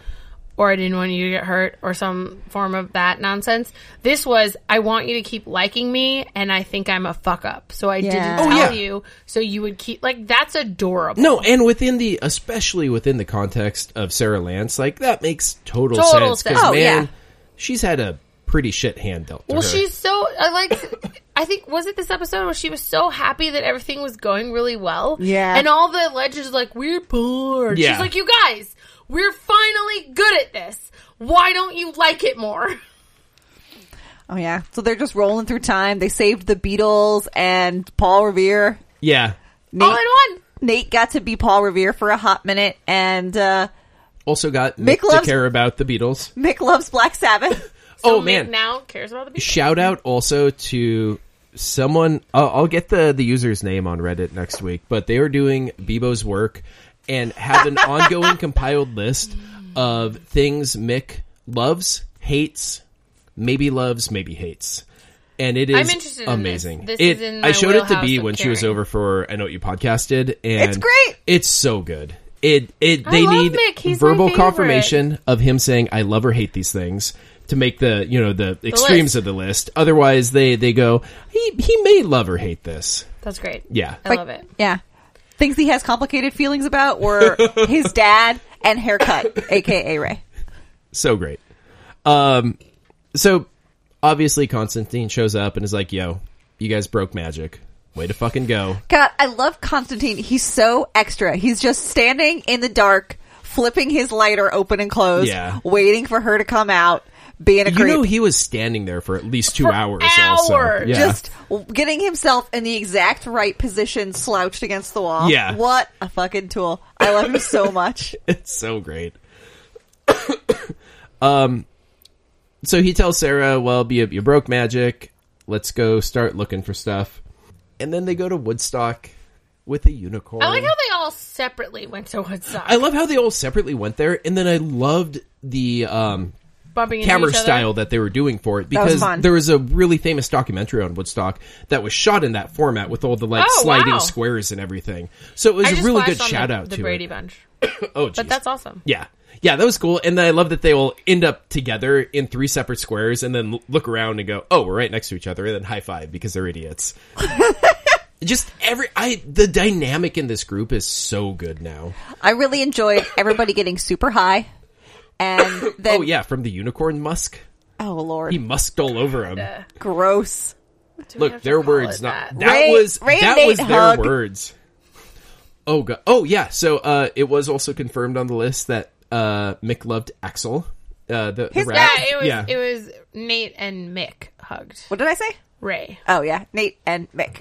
or I didn't want you to get hurt, or some form of that nonsense. This was I want you to keep liking me, and I think I'm a fuck up, so I
Yeah.
didn't
Oh,
tell
yeah.
you, so you would keep like that's adorable.
No, and within the especially within the context of Sarah Lance, like that makes total,
Total
sense.
sense.
Oh,
man,
yeah.
she's had a pretty shit hand dealt to
Well,
her.
she's so I like. I think was it this episode where she was so happy that everything was going really well.
Yeah.
and all the legends are like we're bored.
Yeah.
She's like, you guys, we're finally good at this. Why don't you like it more?
Oh yeah. So they're just rolling through time. They saved the Beatles and Paul Revere.
yeah.
Nate,
all in one.
Nate got to be Paul Revere for a hot minute, and uh,
Also got
Mick
Mick, to
loves-
care about the Beatles.
Mick loves Black Sabbath.
oh
Mick
man,
now cares about the people.
shout out also to someone I'll I'll get the the user's name on reddit next week but they were doing bebo's work and have an ongoing compiled list of things mick loves hates maybe loves maybe hates and it is
I'm interested in this.
amazing
This
It-
is in
i
my
showed it to
wheelhouse
b
of
when she was
caring.
over for i know what you podcasted and
It's great.
it's so good it it they
love
need
Mick. He's my
verbal
favorite.
confirmation of him saying i love or hate these things to make the you know the extremes
list.
of the list otherwise they they go he he may love or hate this
That's great.
yeah
Oh.
I love it.
Yeah. Things he has complicated feelings about were his dad and haircut, aka Ray.
so great um so obviously constantine shows up and is like yo you guys broke magic way to fucking go
God, I love Constantine. He's so extra. He's just standing in the dark, flipping his lighter open and closed,
Yeah.
waiting for her to come out, being a
you
creep.
know he was standing there for at least two hours also
hours.
yeah
Just getting himself in the exact right position, slouched against the wall.
Yeah.
What a fucking tool. I love him so much.
It's so great. um, so he tells Sarah, "Well, you, you broke magic. Let's go start looking for stuff." And then they go to Woodstock with a unicorn.
I like how they all separately went to Woodstock.
I love how they all separately went there, and then I loved the um,
bumping into
camera
each other.
style that they were doing for it
was
because
fun.
there was a really famous documentary on Woodstock that was shot in that format with all the like
Oh,
sliding
wow.
squares and everything. So it was
I
a
just
really
flashed
good
on
shout
the,
out
the
to
Brady
it.
Bunch.
Oh, jeez.
But that's awesome.
Yeah. Yeah, that was cool. And then I love that they all end up together in three separate squares and then l- look around and go, "Oh, we're right next to each other." And then high five because they're idiots. Just every I the dynamic in this group is so good now.
I really enjoyed everybody getting super high and then
oh yeah, from the unicorn musk.
oh lord,
He musked all over him.
gross.
Do we
Look,
have to
their
call
words.
it
Not that,
Ray-
was
Ray and
that
Nate
was their
hug.
words. Oh god. Oh yeah. So uh, it was also confirmed on the list that uh, Mick loved Axel. Uh, the, the
Yeah,
rat.
it was. It was Nate and Mick hugged
What did I say?
Ray.
Oh yeah, Nate and Mick.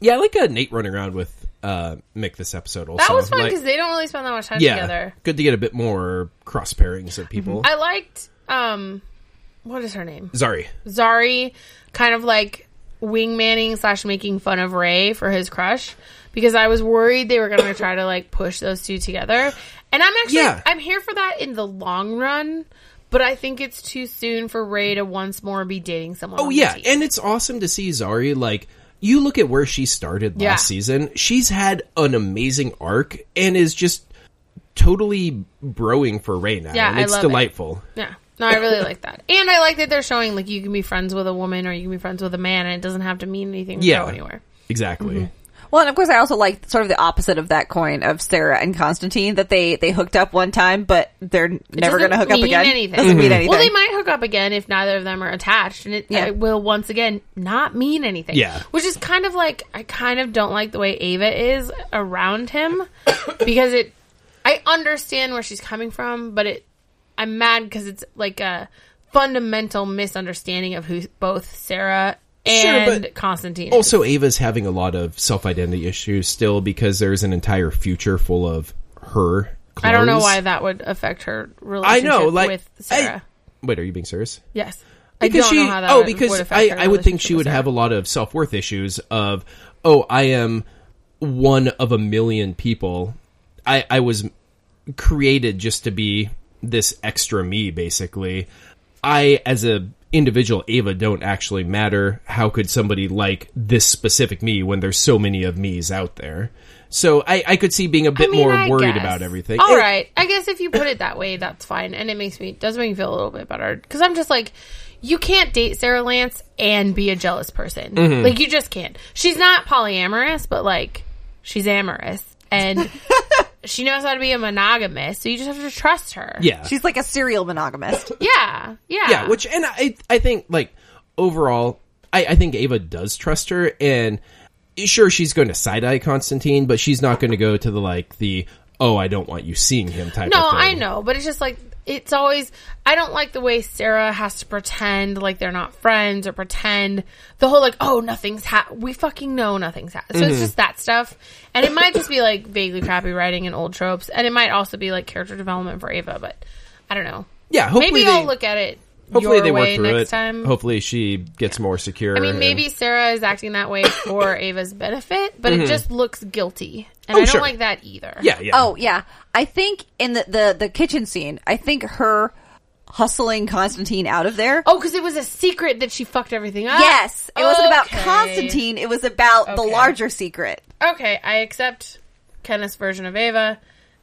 Yeah, I like uh, Nate running around with uh, Mick this episode. Also,
That was fun
Like,
because they don't really spend that much time
yeah,
together. Mm-hmm.
good to get a bit more cross pairings of people.
I liked um, what is her name?
Sorry,
Zari, kind of like wingmanning slash making fun of Ray for his crush because I was worried they were going to try to like push those two together. And I'm actually
Yeah.
I'm here for that in the long run, but I think it's too soon for Ray to once more be dating someone.
Oh yeah, and it's awesome to see Zari like you look at where she started last
Yeah.
season. She's had an amazing arc and is just totally broing for Ray now.
Yeah,
and
I
it's
love it.
delightful.
yeah. No, I really like that. And I like that they're showing like you can be friends with a woman or you can be friends with a man and it doesn't have to mean anything to
Yeah.
go anywhere. Mm-hmm.
Exactly.
Well, and of course, I also like sort of the opposite of that coin of Sarah and Constantine that they they hooked up one time, but they're never going to
doesn't
hook up
mean
again.
anything.
Doesn't
Mm-hmm.
mean anything.
Well, they might hook up again if neither of them are attached, and it,
Yeah.
it will once again not mean anything.
Yeah.
which is kind of like I kind of don't like the way Ava is around him because it. I understand where she's coming from, but it. I'm mad because it's like a fundamental misunderstanding of who both Sarah and
but
Constantine. is.
Also Ava's having a lot of self-identity issues still because there's an entire future full of her
I don't know
clones.
why that would affect her
I
relationship
know like
with
I-
Sarah.
Wait, are you being serious?
yes.
because
I don't
she
know how that
oh
would-
because
would affect
I,
her
I would think
relationship
she
with
would
Sarah.
have a lot of self worth issues of oh I am one of a million people I I was created just to be this extra me basically I as a individual Ava don't actually matter how could somebody like this specific me when there's so many of me's out there so I I could see being a bit more
I
worried
guess.
about everything
All
And-
right, I guess if you put it that way, that's fine, and it makes me does make me feel a little bit better because I'm just like, you can't date Sarah Lance and be a jealous person.
Mm-hmm.
Like you just can't. She's not polyamorous, but like she's amorous and she knows how to be a monogamous. So you just have to trust her.
yeah
She's like a serial monogamist.
yeah, yeah.
yeah which and i i think like overall i i think ava does trust her and sure she's going to side-eye constantine but she's not going to go to the like the oh i don't want you seeing him type
No,
of thing
I know, but it's just like it's always. I don't like the way Sarah has to pretend like they're not friends or pretend the whole like oh nothing's ha we fucking know nothing's ha So
Mm-hmm.
it's just that stuff, and it might just be like vaguely crappy writing and old tropes, and it might also be like character development for Ava, but I don't know.
yeah hopefully
Maybe
they,
I'll look at it
hopefully
your
they work
way
through
next
it
time.
hopefully she gets more secure
I mean,
and-
maybe Sarah is acting that way for Ava's benefit, but it just looks guilty, and
Mm-hmm. Oh,
I don't
sure.
like that either.
yeah yeah
Oh yeah, I think in the, the the kitchen scene, I think her hustling Constantine out of there.
Oh, because it was a secret that she fucked everything up.
yes, it wasn't about
Okay.
Constantine. It was about the
Okay.
larger secret.
Okay, I accept Kenneth's version of Ava,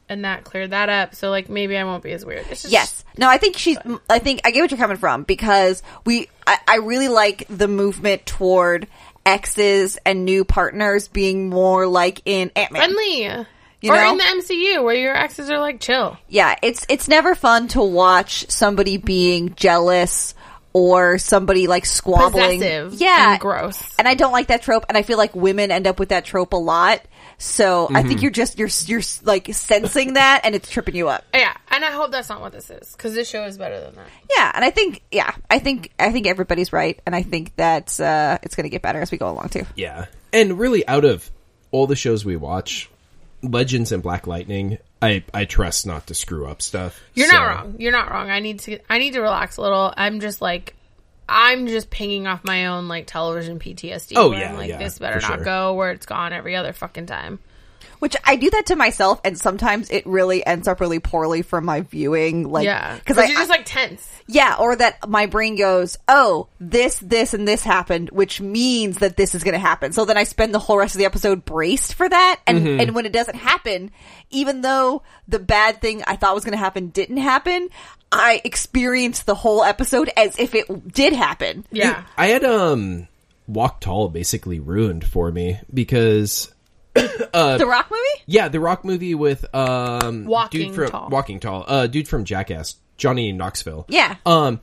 and that cleared that up. So like maybe I won't be as weird. It's just,
Yes. No, I think she's. I think I get what you're coming from because we. I, I really like the movement toward exes and new partners being more like in Ant Man.
friendly.
You
or
know?
in the MCU where your exes are like chill.
Yeah, it's it's never fun to watch somebody being jealous or somebody like squabbling.
Possessive
yeah,
and gross.
And I don't like that trope. And I feel like women end up with that trope a lot. So I think you're just you're you're like sensing that, and it's tripping you up.
Oh, Yeah, and I hope that's not what this is because this show is better than that.
Yeah, and I think yeah, I think I think everybody's right, and I think that uh, it's going to get better as we go along too.
yeah and really out of all the shows we watch legends and black lightning i i trust not to screw up stuff
You're
So-
not wrong. You're not wrong. I need to. I need to relax a little. I'm just like, I'm just pinging off my own like television PTSD.
Oh,
where
yeah,
I'm like
yeah,
this better
for
not
sure.
go where it's gone every other fucking time.
Which I do that to myself, and sometimes it really ends up really poorly for my viewing. Like,
Yeah,
because I
you're just like tense.
yeah, or that my brain goes, oh, this, this, and this happened, which means that this is going to happen. So then I spend the whole rest of the episode braced for that, and
Mm-hmm.
and when it doesn't happen, even though the bad thing I thought was going to happen didn't happen. I experienced the whole episode as if it did happen.
Yeah,
I had um Walk Tall basically ruined for me because
Uh,
the Rock movie?
Yeah, the Rock movie with um
Walking
dude from,
Tall.
Walking Tall, uh, dude from Jackass, Johnny Knoxville.
Yeah.
Um,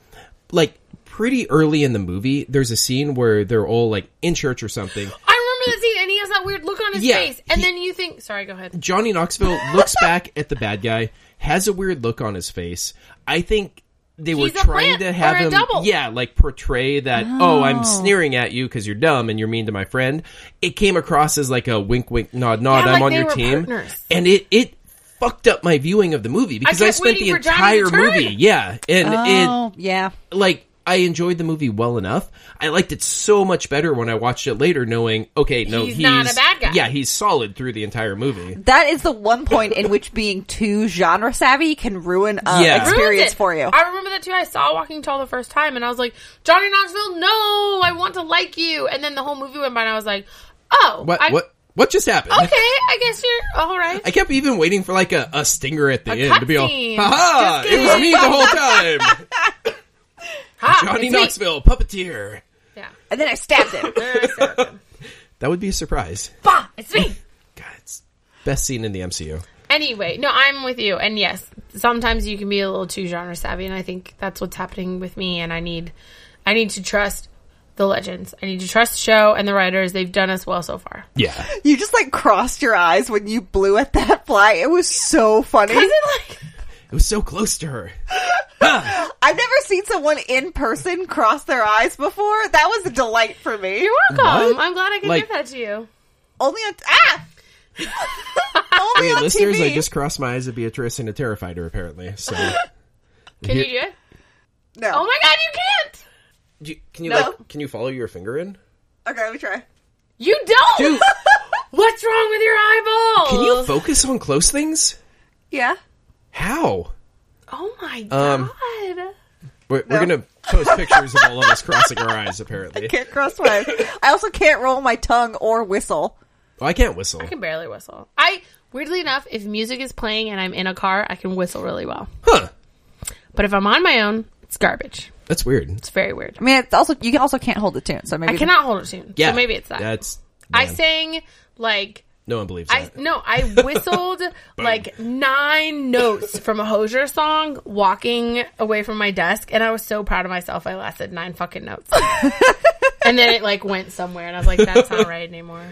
like pretty early in the movie, there's a scene where they're all like in church or something.
I remember that scene, and he has that weird look on his
Yeah,
face, and
he-
then you think, "Sorry, go ahead."
Johnny Knoxville looks back at the bad guy, has a weird look on his face. I think they were
He's a
trying
plant
to have
or a
him,
double.
yeah, like portray that. Oh, I'm sneering at you because you're dumb and you're mean to my friend. It came across as like a wink, wink, nod, nod.
Yeah,
I'm
like
on
they
your
were
team,
partners.
and it it fucked up my viewing of the movie because I,
kept
spent the
waiting for Johnny to
entire
turn.
movie, yeah, and it
Oh, yeah.
like I enjoyed the movie well enough. I liked it so much better when I watched it later, knowing okay, no, he's,
He's not a bad guy.
Yeah, he's solid through the entire movie.
That is the one point in which being too genre savvy can ruin an
Yeah. Ruins
experience
Ruins it.
for you.
I remember that too. I saw Walking Tall the first time, and I was like, "Johnny Knoxville, no, I want to like you." And then the whole movie went by, and I was like, "Oh,
What
I-
what what just happened?
Okay, I guess you're all right."
I kept even waiting for like a, a stinger at the end to be all,
cutscene.
haha,
Just
it was me the whole time.
Ha,
Johnny
it's me.
Knoxville, puppeteer.
Yeah.
and then I stabbed him.
That would be a surprise.
Bah, it's me.
God, it's best scene in the MCU.
Anyway, no, I'm with you. And yes, sometimes you can be a little too genre savvy, and I think that's what's happening with me. And I need, I need to trust the legends. I need to trust the show and the writers. They've done us well so far.
Yeah.
you just like crossed your eyes when you blew at that fly. It was so funny.
It was so close to her.
I've never seen someone in person cross their eyes before. That was a delight for me.
You're welcome. I'm glad I could
Like-
give that to you.
Only on ah. Only on
Listeners,
TV.
I just crossed my eyes at Beatrice and it terrified her apparently. So
Can you
Here-
do it?
no.
Oh my god, you can't.
Do you- can you
No.
like can you follow your finger in?
okay, let me try.
You don't. What's wrong with your eyeballs?
Can you focus on close things?
Yeah.
How?
oh my
Um,
god.
We're, we're
No.
gonna post pictures of all of us crossing our eyes. Apparently,
Can't cross my eyes. I also can't roll my tongue or whistle.
oh, I can't whistle.
I can barely whistle. I weirdly enough, if music is playing and I'm in a car, I can whistle really well.
Huh?
But if I'm on my own, it's garbage.
That's weird.
It's very weird.
I mean, it's also you also can't hold the tune, so maybe
I cannot hold a tune.
Yeah,
So maybe it's that.
That's
I
man,
sang like
no one believes
I
that.
no, I whistled like nine notes from a Hosier song walking away from my desk and I was so proud of myself I lasted nine fucking notes. and then it like went somewhere and I was like, That's not right anymore.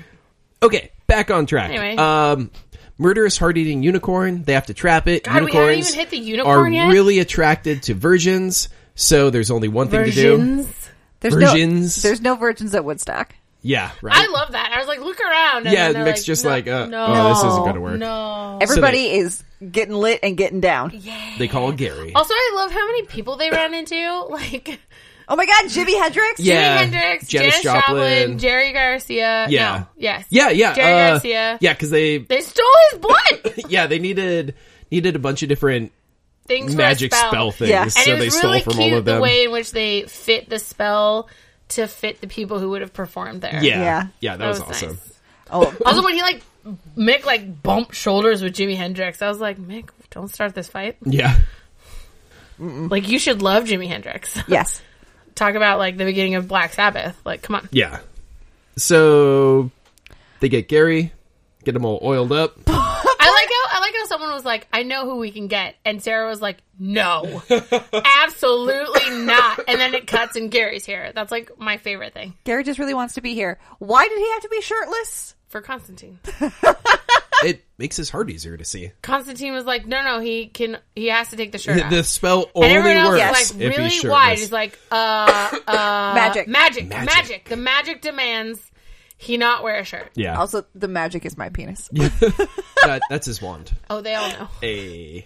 Okay, back on track.
Anyway.
Um, murderous heart-eating unicorn. They have to trap it.
God, we haven't
Unicorns
even hit the
are
unicorn yet.
really attracted to virgins. So there's only one thing to do.
Virgins.
there's
virgins.
No, there's no virgins at Woodstock.
Yeah, right.
I love that. I was like, look around. And
Yeah,
then
it
they're
makes
like,
just
no,
like, uh,
no,
oh, this isn't gonna work.
No.
Everybody is getting lit and getting down.
They call Gary.
Also, I love how many people they ran into. Like,
Oh my God, Jimi Hendrix.
Yeah.
Jimi Hendrix,
Janis
Janis, Joplin,
Joplin.
Jerry Garcia.
Yeah.
No, yes.
Yeah, yeah,
Jerry
uh,
Garcia.
Yeah, because they,
They stole his blood.
yeah, they needed needed a bunch of different
Things for a
magic spell, things,
Yeah. And
so
And it
they
was
stole
really
from
cute
all of them.
the way in which they fit the spell to fit the people who would have performed there.
yeah, yeah,
Yeah.
that, was,
was
awesome.
nice.
Oh,
Also, when he like Mick like bumped shoulders with Jimi Hendrix, I was like, Mick, don't start this fight.
Yeah.
Like, you should love Jimi Hendrix.
yes.
Talk about like the beginning of Black Sabbath. Like, come on.
Yeah. So they get Gary, get him all oiled up.
I like how I like how someone was like, "I know who we can get," and Sarah was like, "No, absolutely not." And then it cuts and Gary's here. That's like my favorite thing
Gary just really wants to be here. Why did he have to be shirtless?
for Constantine.
it makes his heart easier to see.
Constantine was like, "No, no, he can. He has to take the shirt
The,
off."
the spell
and
only
everyone else
works if
was like,
he's
"Really?
shirtless.
Why?" He's like, "Uh, uh,
Magic.
magic,
Magic.
magic, The magic demands he not wear a shirt."
yeah,
Also, the magic is my penis.
that, that's his wand.
Oh, they all know.
A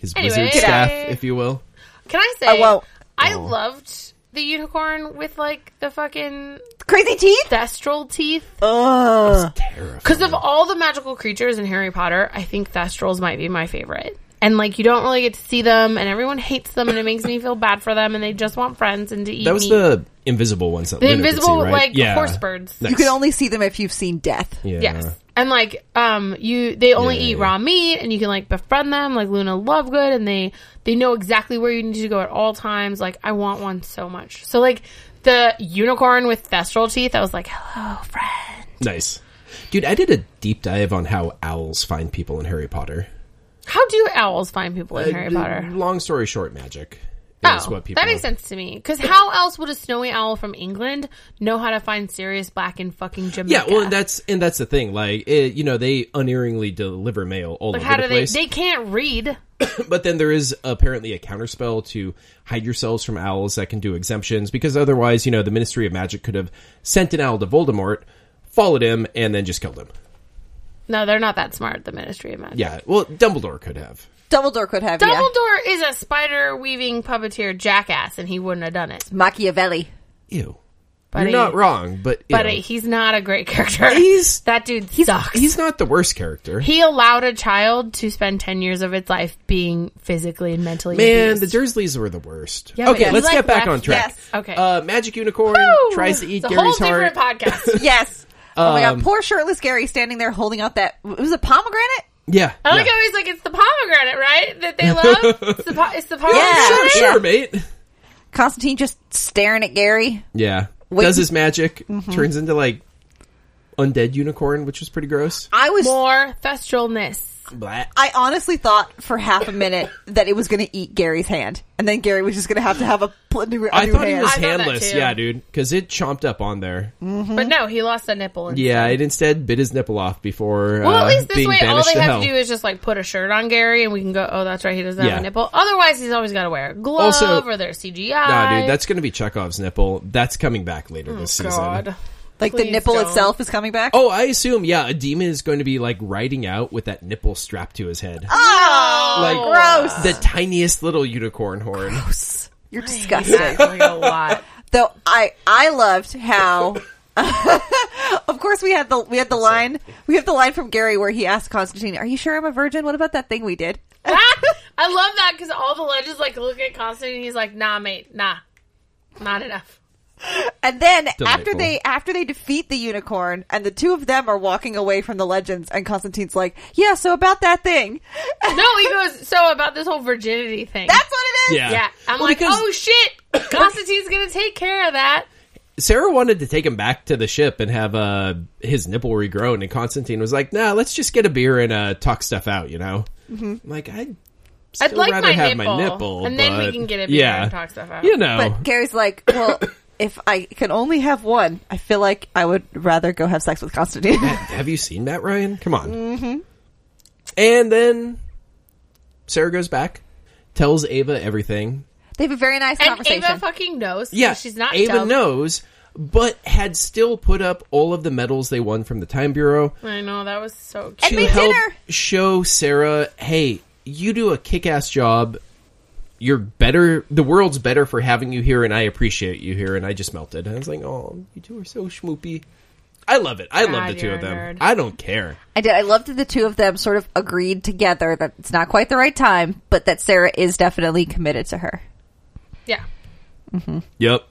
his
Anyway.
wizard staff, if you will.
Can I say?
I won't.
I
Oh.
loved the unicorn with like the fucking
Crazy teeth.
thestral teeth.
Ugh.
Terrifying.
Because of all the magical creatures in Harry Potter, I think Thestrals might be my favorite. And like you don't really get to see them, and everyone hates them, and it makes me feel bad for them, and they just want friends and to eat
That was
meat.
the invisible ones. That
The
Luna could
invisible
see, right?
like
yeah.
horse birds.
Nice.
You can only see them if you've seen death.
yeah.
Yes. And like um you they only
Yeah, yeah,
eat
yeah.
raw meat and you can like befriend them like Luna Lovegood and they they know exactly where you need to go at all times. Like I want one so much. So like the unicorn with thestral teeth, I was like, "Hello, friend."
nice. Dude, I did a deep dive on how owls find people in Harry Potter.
How do owls find people in
Uh,
Harry
d-
Potter?
Long story short, magic is
Oh,
what people.
that makes sense to me. Because how else would a snowy owl from England know how to find Sirius Black in fucking
Yeah,
Jamaica?
well, and that's and that's the thing. Like, it, you know, they unerringly deliver mail all
like,
over
how
the
do they?
place.
They can't read.
But then there is apparently a counterspell to hide yourselves from owls that can do exemptions because otherwise, you know, the Ministry of Magic could have sent an owl to Voldemort, followed him, and then just killed him.
No, they're not that smart. The Ministry of Magic.
Yeah, well, Dumbledore could have.
Dumbledore could have yeah.
Dumbledore is a spider weaving puppeteer jackass, and he wouldn't have done it.
Machiavelli.
Ew,
But
you're
he-
not wrong, but
But
ew.
he's not a great character.
He's-
that dude sucks.
he's not the worst character.
he allowed a child to spend ten years of its life being physically and mentally
Man,
abused.
the Dursleys were the worst.
Yeah, but
okay,
he,
let's
like,
get back
left-
on track.
yes,
okay.
Uh, Magic Unicorn
Woo!
tries to eat
it's a
Gary's
whole
heart.
different podcast.
Yes. Oh my
Um,
god, poor shirtless Gary standing there holding out that it was a pomegranate?
yeah.
I like
yeah.
how he's like, it's the pomegranate, right? That they love. it's the, po- it's the
Yeah.
pomegranate.
Sure,
Yeah.
sure, mate.
Constantine just staring at Gary.
Yeah.
Wait.
Does his magic
Mm-hmm.
turns into like undead unicorn, which was pretty gross.
I was
More thestralness.
Blah.
I honestly thought for half a minute that it was going to eat Gary's hand, and then Gary was just going to have to have a pl- new, a
I
new
thought
hand.
he was
I thought that
handless.
too. Mm-hmm.
Yeah, dude, because it chomped up on there.
But no, he lost a nipple. And
Yeah, it instead bit his nipple off before
Well,
uh,
at least this
being
way, all
banished
they
to
have
hell.
to do is just like put a shirt on Gary, and we can go. Oh, that's right, he doesn't
Yeah.
have a nipple. Otherwise, he's always got to wear a glove
Also-
or their CGI.
Nah, dude, that's going to be Chekhov's nipple. That's coming back later this season.
Oh, God.
like the
Please
nipple
don't.
itself is coming back.
Oh, I assume, yeah, a demon is going to be like riding out with that nipple strapped to his head.
Oh,
like
gross!
the tiniest little unicorn horn.
You're
That's
disgusting.
like a lot.
Though I I loved how. of course, we had the we had the line we have the line from Gary where he asked Constantine, "Are you sure I'm a virgin? What about that thing we did?"
Ah! I love that because all the legends like look at Constantine. and He's like, nah, mate, nah, not enough.
And then after
Delightful.
they after they defeat the unicorn and the two of them are walking away from the legends, and Constantine's like, "Yeah, so about that thing."
No, he goes. So about this whole virginity thing.
That's what it is.
Yeah.
yeah, I'm
Well,
like,
because-
oh shit, Constantine's gonna take care of that.
Sarah wanted to take him back to the ship and have uh, his nipple regrown, and Constantine was like, "Nah, let's just get a beer and uh, talk stuff out." You know, I'm like I'd still
Mm-hmm. I'd like
rather
my
have
nipple,
my nipple,
and then we
but-
can get it.
Yeah,
and talk stuff out.
you know,
Oh.
But Gary's like, well, if I can only have one, I feel like I would rather go have sex with Constantine.
have you seen Matt Ryan? Come on. Mm-hmm. And then Sarah goes back, tells Ava everything.
they have a very nice
and
conversation.
Ava fucking knows. so
Yeah,
she's not
Ava
dumb.
knows, but had still put up all of the medals they won from the Time Bureau.
I know that was so cute.
And
to
made
help
dinner.
show Sarah, hey, you do a kick-ass job. You're better. The world's better for having you here, and I appreciate you here. And I just melted. And I was like, oh, you two are so schmoopy. I love it. I love
God,
the two
Ah, you're
of
a
them.
nerd.
I don't care.
I did. I loved that the two of them sort of agreed together that it's not quite the right time, but that Sarah is definitely committed to her.
Yeah.
Yep.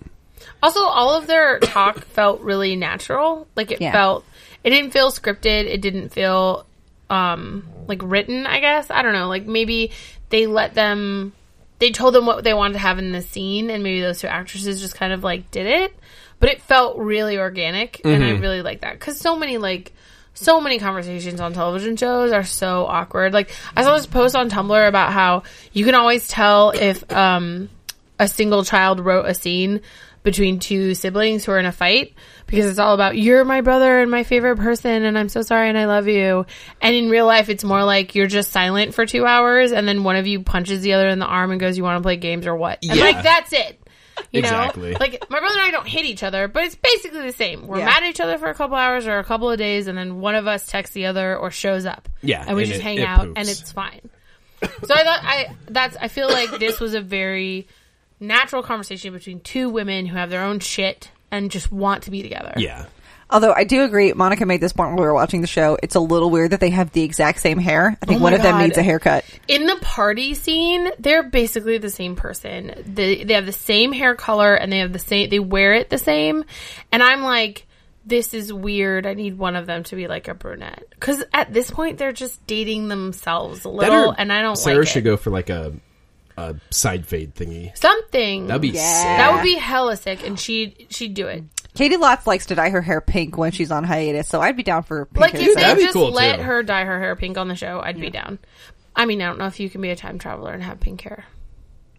Also, all of their talk felt really natural. Like it
Yeah.
felt, it didn't feel scripted. It didn't feel um like written. I guess I don't know. Like maybe they let them, they told them what they wanted to have in the scene, and maybe those two actresses just kind of like did it. But it felt really organic, and I really like that because so many like. So many conversations on television shows are so awkward. Like I saw this post on Tumblr about how you can always tell if um a single child wrote a scene between two siblings who are in a fight because it's all about you're my brother and my favorite person and I'm so sorry and I love you. And in real life, it's more like you're just silent for two hours and then one of you punches the other in the arm and goes, "You want to play games or what?" And
Yeah.
like that's it. You know,
Exactly.
like my brother and I don't hate each other, but it's basically the same. We're
Yeah.
mad at each other for a couple hours or a couple of days, and then one of us texts the other or shows up.
Yeah,
and we
and
just
it-
hang
it
out,
poops.
and it's fine. So I thought I that's I feel like this was a very natural conversation between two women who have their own shit and just want to be together.
Yeah.
Although I do agree, Monica made this point when we were watching the show. It's a little weird that they have the exact same hair. I think
Oh
one
my
of them
God.
needs a haircut.
In the party scene, they're basically the same person. They they have the same hair color and they have the same they wear it the same. And I'm like this is weird. I need one of them to be like a brunette cuz at this point they're just dating themselves a little
Better-
and I don't
Sarah
like
should
it.
go for like a a side fade thingy.
Something
That'd be
Yeah.
sick.
That would be hella sick, and she she'd do it.
Katie Lotz likes to dye her hair pink when she's on hiatus, so I'd be down for pink
Like
hair
if
set.
they
That'd be
just
cool,
let
too.
her dye her hair pink on the show, I'd be down. I mean, I don't know if you can be a time traveler and have pink hair.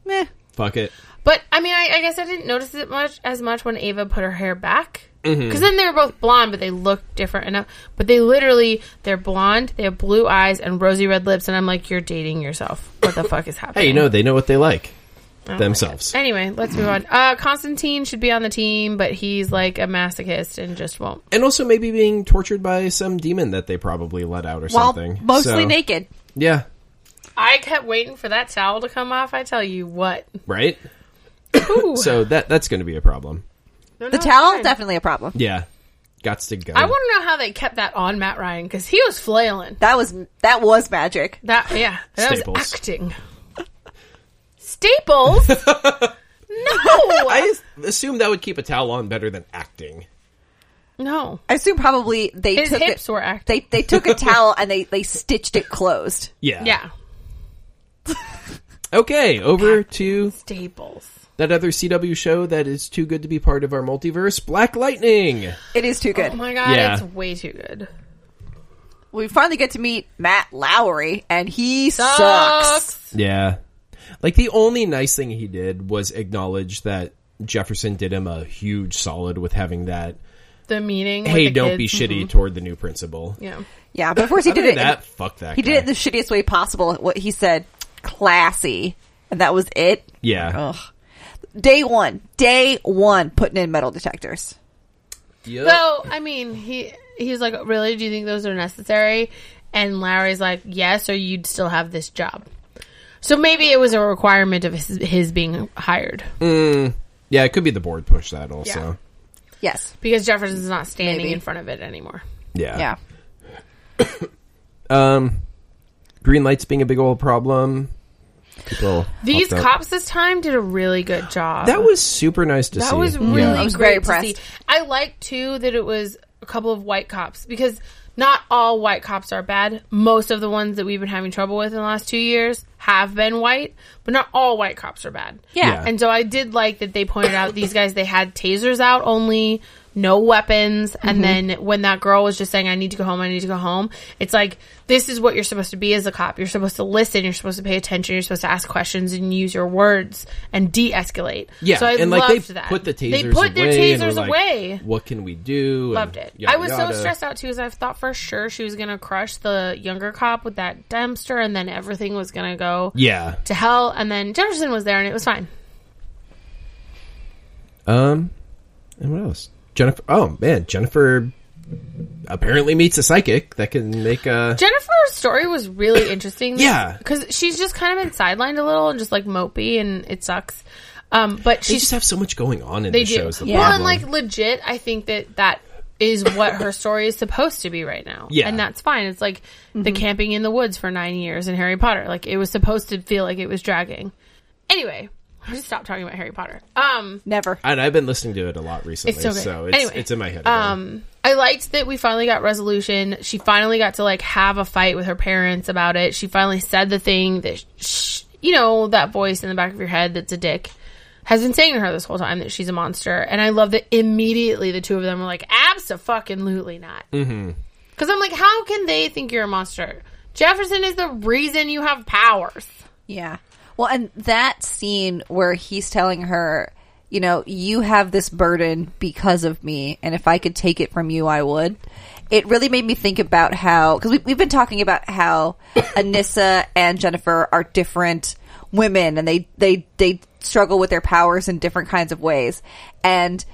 Meh.
Fuck it.
But I mean, I, I guess I didn't notice it much as much when Ava put her hair back because
Mm-hmm.
then they were both blonde, but they looked different enough. But they literally they're blonde, they have blue eyes and rosy red lips, and I'm like, you're dating yourself. What the fuck is happening?
Hey, you know they know what they like
Oh
themselves.
Anyway, let's move on. Uh, Constantine should be on the team, but he's like a masochist and just won't.
and also maybe being tortured by some demon that they probably let out or
While
something.
mostly
So,
naked.
Yeah,
I kept waiting for that towel to come off. I tell you what.
right.
Ooh.
So that that's going to be a problem.
No,
The
no,
towel
fine.
definitely a problem.
Yeah, got to go.
I want to know how they kept that on Matt Ryan because he was flailing.
That was that was magic.
That yeah, that
Staples.
was acting. Staples. no,
I assume that would keep a towel on better than acting.
no.
I assume probably they
His
took
hips
it,
were acting.
they they took a towel and they they stitched it closed.
Yeah.
yeah,
Okay, over to
Staples.
that other CW show that is too good to be part of our multiverse, Black Lightning.
It is too good.
Oh my god,
Yeah.
it's way too good.
we finally get to meet Matt Lowry, and he sucks.
Yeah. Like the only nice thing he did was acknowledge that Jefferson did him a huge solid with having that
The meeting. with
hey,
the
don't be
kids.
shitty toward the new principal.
Yeah.
mm-hmm. Yeah, but of course he did
Other
it.
than
in-
that, fuck that.
he
guy.
did it the shittiest way possible. What he said, classy, and that was it.
Yeah.
Ugh. Day one, day one, putting in metal detectors.
Yep.
So I mean, he he's like, really? Do you think those are necessary? And Larry's like, yes, or you'd still have this job. So maybe it was a requirement of his, his being hired
yeah, it could be the board push that also.
Yes.
because Jefferson's not standing
Maybe.
in front of it anymore.
Yeah.
Yeah.
Um, green lights being a big old problem. People
These
fucked up.
cops this time did a really good job.
That was super nice to see.
That was
Yeah.
really
I was very
great to see.
impressed.
I like too that it was a couple of white cops because not all white cops are bad. Most of the ones that we've been having trouble with in the last two years have been white, but not all white cops are bad.
Yeah. Yeah.
And so I did like that they pointed out these guys they had tasers out only, no weapons, and
Mm-hmm.
then when that girl was just saying, I need to go home, I need to go home, it's like this is what you're supposed to be as a cop. You're supposed to listen, you're supposed to pay attention, you're supposed to ask questions and use your words and de escalate.
Yeah,
so I
and like
loved
they
that.
put the tasers
They put their
away and
tasers
were like,
away.
What can we do? And
Loved it.
yada,
I was
yada.
so stressed out too, because I thought for sure she was gonna crush the younger cop with that dumpster, and then everything was gonna go
Yeah.
to hell. And then Jefferson was there, and it was fine.
Um, and what else? Jennifer. Oh man, Jennifer apparently meets a psychic that can make uh, a.
Jennifer's story was really interesting.
Yeah.
because she's just kind of been sidelined a little and just like mopey, and it sucks. Um, but
They
she's
just have so much going on in
they
the
do.
shows. the
Well,
problem.
and like legit, I think that that is what her story is supposed to be right now.
Yeah.
and that's fine. It's like the camping in the woods for nine years in Harry Potter. Like it was supposed to feel like it was dragging. Anyway, I just stopped talking about Harry Potter. Um,
Never.
and I've been listening to it a lot recently,
It's so good.
so it's,
Anyway,
it's in my head. again.
um, I liked that we finally got resolution. She finally got to like have a fight with her parents about it. She finally said the thing that sh you know that voice in the back of your head that's a dick has been saying to her this whole time that she's a monster. And I love that immediately the two of them were like, "Absolutely not." Because
Mm-hmm.
I'm like, how can they think you're a monster? Jefferson is the reason you have powers.
Yeah. Well, and that scene where he's telling her, you know, you have this burden because of me, and if I could take it from you, I would. It really made me think about how, because we, we've been talking about how Anissa and Jennifer are different women and they, they, they struggle with their powers in different kinds of ways. And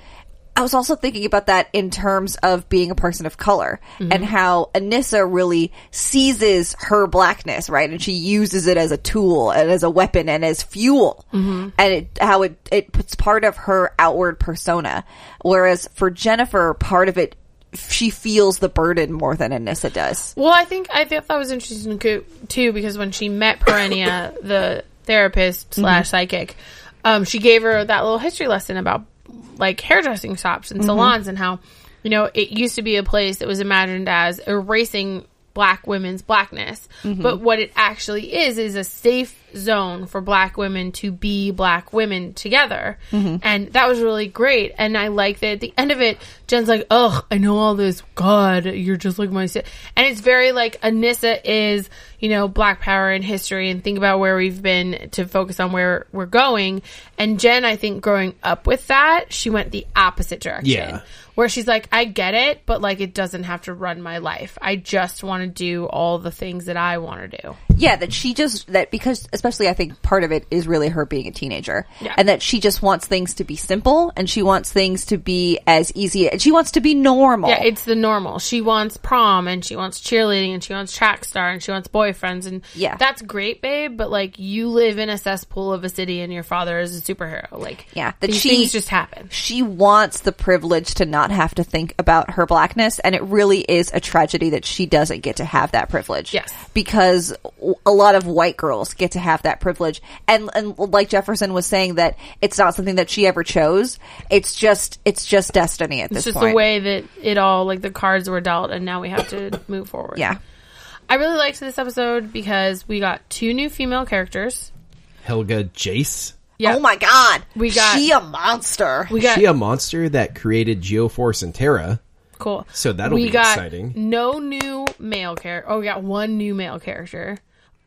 I was also thinking about that in terms of being a person of color and how Anissa really seizes her blackness, right? And she uses it as a tool and as a weapon and as fuel. And it, how it, it puts part of her outward persona. Whereas for Jennifer, part of it, she feels the burden more than Anissa does.
Well, I think I thought that was interesting co- too because when she met Perennia, the therapist slash psychic, um, she gave her that little history lesson about like hairdressing shops and salons and how you know it used to be a place that was imagined as erasing black women's blackness. But what it actually is is a safe zone for black women to be black women together. And that was really great. And I like that at the end of it, Jen's like, "Ugh, I know all this. God, you're just like my." si-" And it's very like Anissa is, you know, black power and history, and think about where we've been to focus on where we're going. And Jen, I think growing up with that, she went the opposite direction
Yeah.
where she's like, I get it, but like it doesn't have to run my life. I just want to do all the things that I want to do.
Yeah, that she just that because especially I think part of it is really her being a teenager,
Yeah.
and that she just wants things to be simple and she wants things to be as easy and she wants to be normal.
Yeah, it's the normal. She wants prom and she wants cheerleading and she wants track star and she wants boyfriends and
Yeah.
that's great, babe. But like you live in a cesspool of a city and your father is a superhero. Like
Yeah, that
these
she-
things just happen.
she wants the privilege to not have to think about her blackness and it really is a tragedy that she doesn't get to have that privilege
Yes.
because w- a lot of white girls get to have that privilege and and like jefferson was saying that it's not something that she ever chose it's just it's just destiny at this
It's just
point
the way that it all like the cards were dealt and now we have to move forward.
yeah
I really liked this episode because we got two new female characters.
Helga Jace.
Yeah.
oh my god
We got-
she a monster
we got
She a monster that created Geoforce and Terra.
Cool.
So that'll
we
be
got
exciting.
No new male character. Oh, we got one new male character,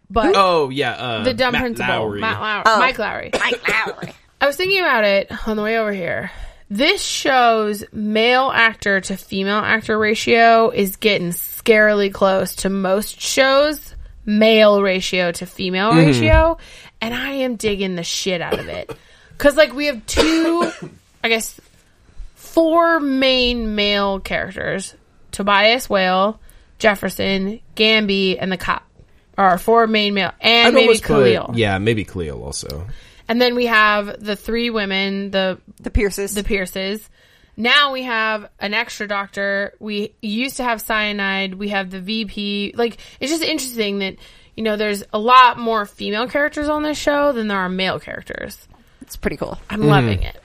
but
Oh yeah, uh,
the dumb
Matt
principal,
Lowry.
Matt Lowry, Mike Lowry.
Mike Lowry.
I was thinking about it on the way over here. This show's male actor to female actor ratio is getting scarily close to most shows male ratio to female ratio and I am digging the shit out of it. Cuz like we have two I guess four main male characters, Tobias Whale, Jefferson, Gamby and the cop. Are our four main male and
I'd
maybe
almost put-
Khalil.
yeah, maybe Khalil also.
And then we have the three women, the
the pierces
the Pierces. Now we have an extra doctor. We used to have cyanide. We have the VP. Like it's just interesting that you know there's a lot more female characters on this show than there are male characters.
it's pretty cool
I'm
Mm-hmm.
loving it.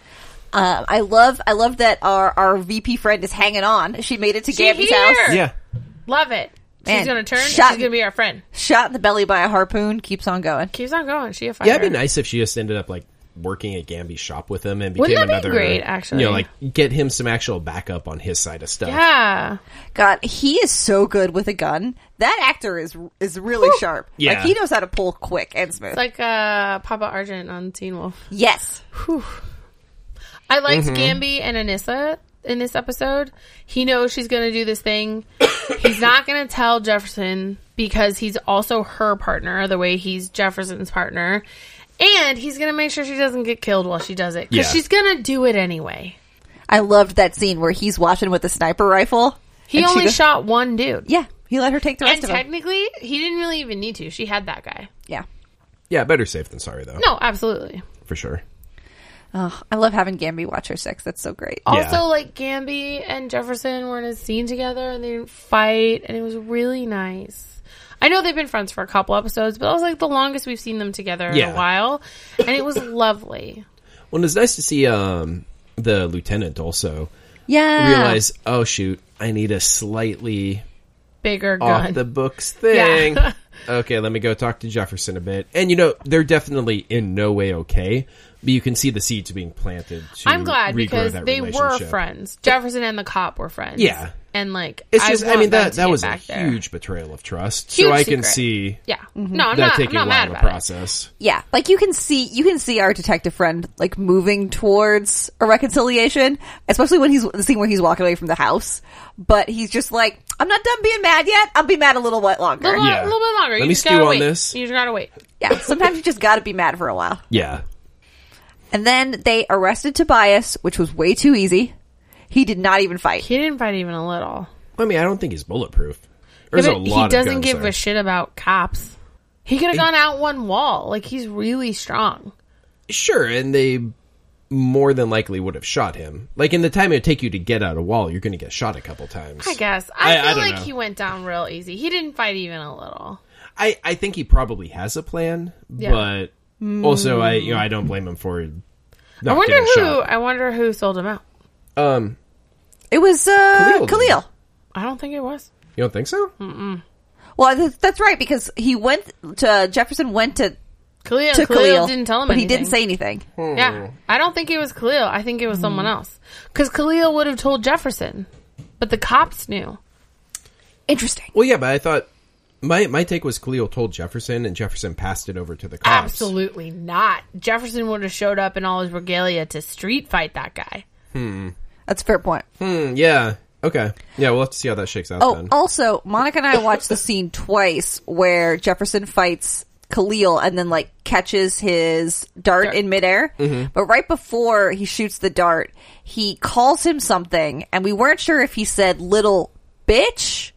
um, i love i love that our our vp friend is hanging on she made it to
Get
gabby's house
Yeah,
love it.
Man,
she's gonna turn.
shot-
she's gonna be our friend.
shot in the belly by a harpoon keeps on going.
Keeps on going. She a fighter.
yeah. It'd be nice if she just ended up like working at Gamby's shop with him and became
Wouldn't that be
another
great, actually?
You know, like get him some actual backup on his side of stuff.
Yeah.
God, he is so good with a gun. That actor is is really sharp.
Yeah.
Like he knows how to pull quick and smooth.
Like uh, Papa Argent on Teen Wolf.
yes.
I liked
Mm-hmm.
Gamby and Anissa in this episode. He knows she's going to do this thing. he's not going to tell Jefferson because he's also her partner, the way he's Jefferson's partner. And he's going to make sure she doesn't get killed while she does it because
Yeah.
she's going to do it anyway.
I loved that scene where he's watching with a sniper rifle.
He
and she
only
goes-
shot one dude.
Yeah, he let her take the
And
rest of him.
technically, he didn't really even need to. She had that guy.
Yeah.
yeah. Better safe than sorry though,
No, absolutely.
for sure.
Oh, I love having Gamby watch her sex. That's so great.
Also,
Yeah.
like Gamby and Jefferson were in a scene together and they didn't fight, and it was really nice. I know they've been friends for a couple episodes, but that was like the longest we've seen them together in
Yeah.
a while, and it was lovely.
Well, it's nice to see um, the lieutenant also
Yeah.
realize. Oh shoot, I need a slightly
Bigger
off
gun.
the books thing. okay, let me go talk to Jefferson a bit. And you know, they're definitely in no way okay, but you can see the seeds being planted. To
I'm glad
regrow
because
that
they were
relationship.
friends. Jefferson and the cop were friends.
Yeah.
and like
It's just, I,
want
mean,
them
that
to
that
get
was a
back there.
huge betrayal of trust.
Huge
so I can
secret.
see
Yeah, no, I'm
that
not. I'm
taking a
not
while
mad
to
about it.
process.
Yeah, like you can see, you can see our detective friend like moving towards a reconciliation, especially when he's the scene where he's walking away from the house. But he's just like, I'm not done being mad yet. I'll be mad a little while longer.
A little,
Yeah.
a little bit longer.
Let
you
me
just
stew
gotta
on
wait.
this.
You just gotta wait.
Yeah, sometimes you just got to be mad for a while.
Yeah,
And then they arrested Tobias, which was way too easy. He did not even fight.
He didn't fight even a little.
I mean, I don't think he's bulletproof. There's
Yeah,
a
but
lot.
he doesn't
of guns
give
there.
a shit about cops. He could have gone out one wall. Like he's really strong.
Sure, and they more than likely would have shot him. Like in the time it would take you to get out a wall, you're going to get shot a couple times.
I guess.
I-
I,
I
feel
don't
like
know.
he went down real easy. He didn't fight even a little.
I, I think he probably has a plan,
Yeah. Hmm.
but also I you know I don't blame him for not
I wonder
getting
who.
shot.
I wonder who sold him out.
Um,
It was
Khalil
uh, Khalil.
did.
I don't think it was. Hmm.
you don't think so?
Well, th- that's right because he went to Jefferson went to
Khalil,
to
Khalil,
Khalil,
didn't tell him
but
anything.
he didn't say Hmm. anything.
Yeah, I don't think it was Khalil. I think it was someone else. Because Khalil would have told Jefferson, but the cops knew.
Interesting.
Well, yeah, but I thought my my take was Khalil told Jefferson, and Jefferson passed it over to the cops.
Absolutely not. Jefferson would have showed up in all his regalia to street fight that guy.
That's a fair point.
Hmm, yeah. Okay. Yeah, we'll have to see how that shakes out
Oh,
then.
also, Monica and I watched the scene twice where Jefferson fights Khalil and then like catches his dart in midair. But right before he shoots the dart, he calls him something, and we weren't sure if he said "little bitch."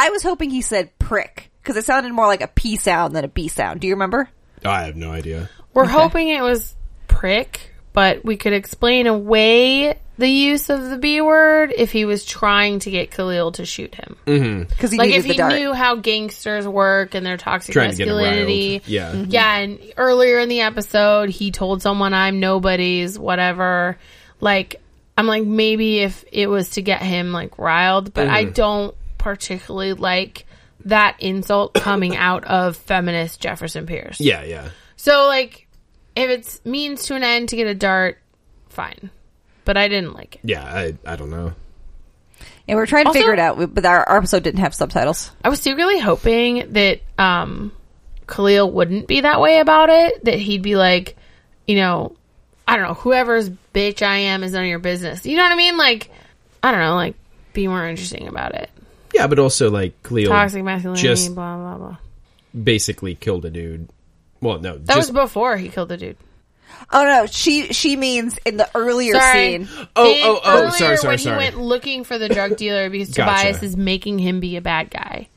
I was hoping he said "prick" because it sounded more like a p sound than a b sound. Do you remember?
I have no idea.
We're hoping it was prick, but we could explain away the use of the B word if he was trying to get Khalil to shoot him.
Mm-hmm.
Because he
Like
needed
if
the
he
dart.
knew how gangsters work and their toxic
Trying to get him
masculinity.
riled. Yeah. Mhm.
Yeah, and earlier in the episode he told someone I'm nobody's, whatever. Like I'm like maybe if it was to get him like riled, but
Mm-hmm.
I don't particularly like that insult coming out of feminist Jefferson Pierce.
Yeah, yeah.
So like if it's means to an end to get a dart, fine. But I didn't like it.
Yeah, I I don't know.
And we were trying to
Also-
figure it out, but our, our episode didn't have subtitles.
I was secretly hoping that um, Khalil wouldn't be that way about it. That he'd be like, you know, I don't know, whoever's bitch I am is none of your business. You know what I mean? Like, I don't know, like be more interesting about it.
Yeah, but also like Khalil
Toxic masculinity,
just-
blah blah blah.
basically killed a dude. Well, no,
That
just
was before he killed the dude.
Oh no, she she means in the earlier
Sorry.
scene.
Oh,
In-
oh, oh,
earlier
sorry, sorry,
when
sorry.
he went looking for the drug dealer because
Gotcha.
Tobias is making him be a bad guy.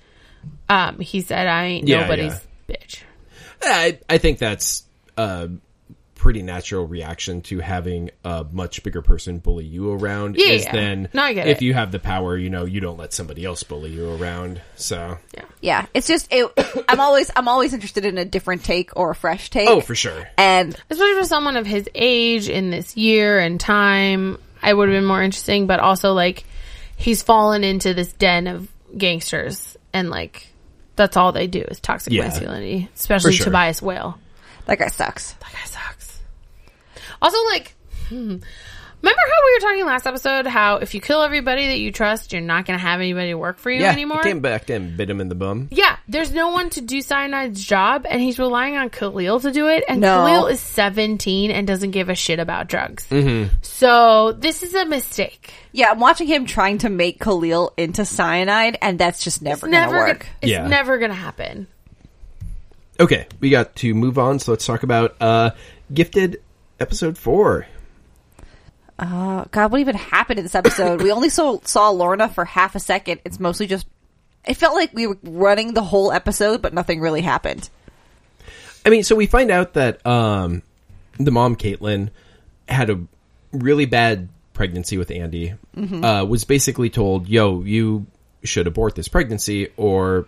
Um, he said, "I ain't
Yeah,
nobody's bitch."
I I think that's a pretty natural reaction to having a much bigger person bully you around.
Yeah,
is
yeah.
then
No, I get
if
it.
you have the power, you know, you don't let somebody else bully you around. So
Yeah, it's just it, I'm always I'm always interested in a different take or a fresh take.
oh, for sure.
And
especially for someone of his age in this year and time, I would have been more interesting. But also, like, he's fallen into this den of gangsters, and like, that's all they do is toxic
Yeah.
masculinity, especially
For sure.
Tobias Whale.
that guy sucks.
That guy sucks. Also, like, hmm, remember how we were talking last episode? How if you kill everybody that you trust, you're not going to have anybody work for you
Yeah, he
anymore.
came back and bit him in the bum.
Yeah, there's no one to do Cyanide's job, and he's relying on Khalil to do it. And
No.
Khalil is 17 and doesn't give a shit about drugs.
Mm-hmm.
So this is a mistake.
Yeah, I'm watching him trying to make Khalil into cyanide, and that's just never gonna
Never,
work.
gonna, it's
Yeah.
never gonna happen.
Okay, we got to move on. So let's talk about uh, Gifted episode four.
Oh, God, what even happened in this episode? we only saw saw Lorna for half a second. It's mostly just. It felt like we were running the whole episode, but nothing really happened.
I mean, so we find out that um, the mom, Caitlin, had a really bad pregnancy with Andy.
Mm-hmm.
Uh, was basically told, "Yo, you should abort this pregnancy, or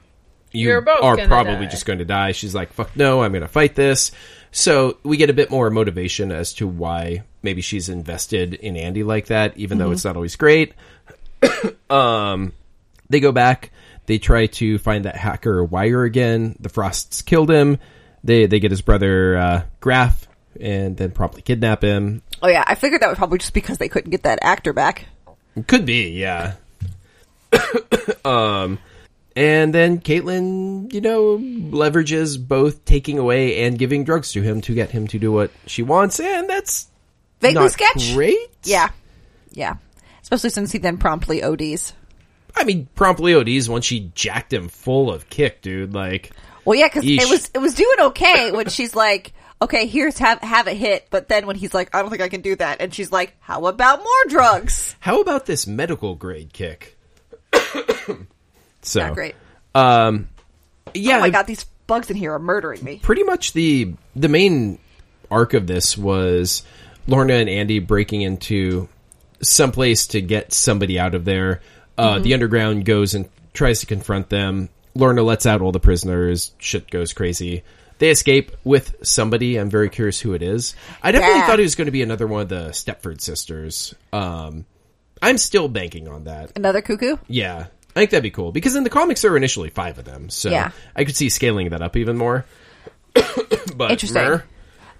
you
You're both
are
gonna
probably
die."
just going to die." She's like, "Fuck no, I'm going to fight this." So we get a bit more motivation as to why maybe she's invested in Andy like that, even
Mm-hmm.
though it's not always great. they go back. They try to find that hacker Wire again. The Frosts killed him. They they get his brother uh, Graf and then promptly kidnap him.
Oh yeah, I figured that was probably just because they couldn't get that actor back.
Could be, yeah. um, and then Caitlin, you know, leverages both taking away and giving drugs to him to get him to do what she wants, and that's
Vaguely
not
sketch.
great.
Yeah, yeah. Especially since he then promptly ODs.
I mean, promptly ODs once she jacked him full of kick, dude. Like,
Well, yeah, because
Yeesh.
it was it was doing okay when she's like, "Okay, here's have have a hit," but then when he's like, "I don't think I can do that," and she's like, "How about more drugs?"
How about this medical grade kick? so
Not Ah, great.
Yeah,
oh my god, these bugs in here are murdering me.
pretty much the the main arc of this was Lorna and Andy breaking into someplace to get somebody out of there. Uh,
Mm-hmm.
The underground goes and tries to confront them. Lorna lets out all the prisoners. Shit goes crazy. They escape with somebody. I'm very curious who it is. I definitely
Yeah.
thought it was going to be another one of the Stepford sisters. Um, I'm still banking on that.
Another cuckoo.
Yeah. I think that'd be cool because in the comics there were initially five of them, so
Yeah.
I could see scaling that up even more. but
Interesting.
meh.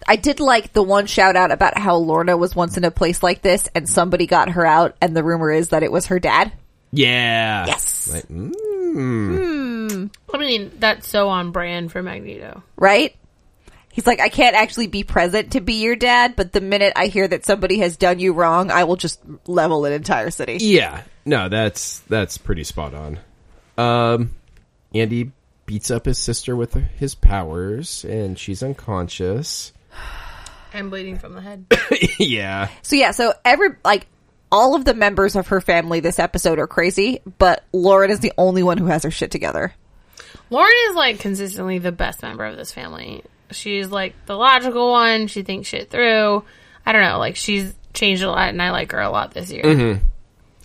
I did like the one shout out about how Lorna was once in a place like this and somebody got her out, and the rumor is that it was her dad.
yeah,
Yes.
Like, mm,
I mean, that's so on brand for Magneto.
Right? He's like, I can't actually be present to be your dad, but the minute I hear that somebody has done you wrong, I will just level an entire city.
yeah, no, that's that's pretty spot on. Um, Andy beats up his sister with his powers, and she's unconscious.
I'm bleeding from the head.
yeah,
So yeah, so every like all of the members of her family this episode are crazy, but Lauren is the only one who has her shit together.
Lauren is like consistently the best member of this family. She's like the logical one. She thinks shit through. I don't know. Like she's changed a lot, and I like her a lot this year.
Mm-hmm.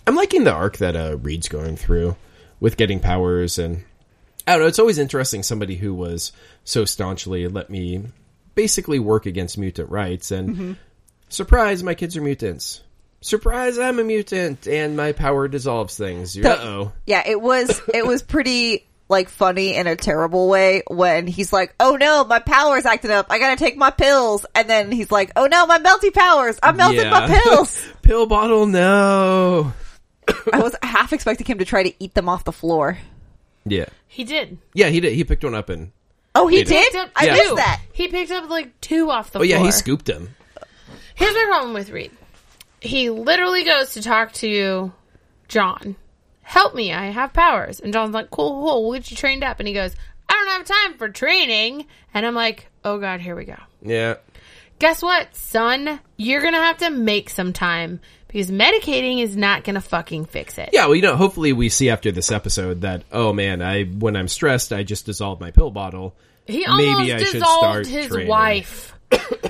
I'm liking the arc that uh, Reed's going through with getting powers, and I don't know. It's always interesting somebody who was so staunchly let me basically work against mutant rights, and surprise, my kids are mutants. Surprise, I'm a mutant, and my power dissolves things. Uh oh.
Yeah, it was it was pretty like funny in a terrible way when he's like, "Oh no, my power's acting up. I gotta take my pills." And then he's like, "Oh no, my melty powers. I'm melting my pills."
Pill bottle, no.
I was half expecting him to try to eat them off the floor.
Yeah,
He did.
yeah. He did. He picked one up, and
Oh, he
He did?
did.
Picked up
I
Yeah.
missed
two.
that.
He picked up like two off the
oh
floor.
yeah, he scooped him.
Here's my problem with Reed. He literally goes to talk to John. Help me, I have powers. And John's like, cool, cool, we'll get you trained up. And he goes, I don't have time for training. And I'm like, oh God, here we go.
Yeah.
Guess what, son? You're going to have to make some time because medicating is not going to fucking fix it.
Yeah, well, you know, hopefully we see after this episode that oh man, I when I'm stressed, I just dissolve my pill bottle.
He almost
Maybe I should
dissolved
start
his
training.
wife.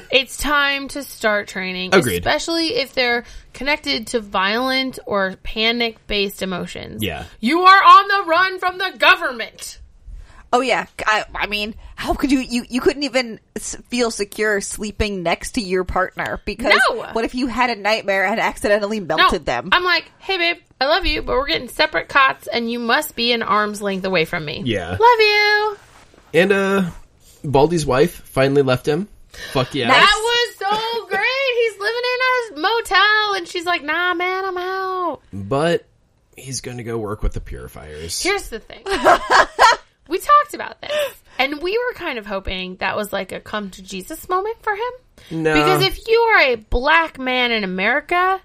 it's time to start training,
Agreed.
especially if they're connected to violent or panic-based emotions.
Yeah.
you are on the run from the government.
Oh yeah. I, I mean, how could you you you couldn't even s- feel secure sleeping next to your partner because
No.
what if you had a nightmare and accidentally
No,
melted them?
I'm like, hey babe, I love you, but we're getting separate cots, and you must be an arm's length away from me.
Yeah.
love you.
And uh Baldy's wife finally left him. Fuck yeah.
Nice.
That was so great. He's living in a motel, and she's like, nah, man, I'm out.
But he's gonna go work with the purifiers.
Here's the thing. we talked about this. And we were kind of hoping that was like a come to Jesus moment for him.
No.
Because if you are a black man in America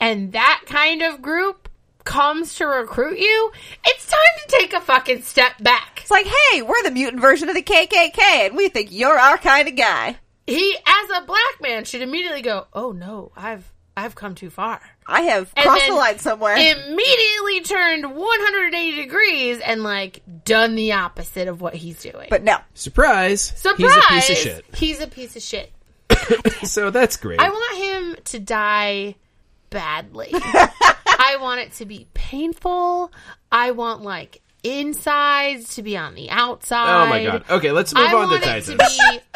and that kind of group comes to recruit you, it's time to take a fucking step back.
It's like, hey, we're the mutant version of the KKK, and we think you're our kind of guy.
He as a black man should immediately go, "Oh no, I've I've come too far."
I have
And
crossed the
then
line somewhere.
Immediately turned 180 degrees and like done the opposite of what he's doing.
but no,
Surprise.
Surprise!
He's a piece of shit.
He's a piece of shit.
So that's great.
I want him to die badly. I want it to be painful. I want like insides to be on the outside.
oh my god. Okay, let's move
I
on to
want it
Titus.
to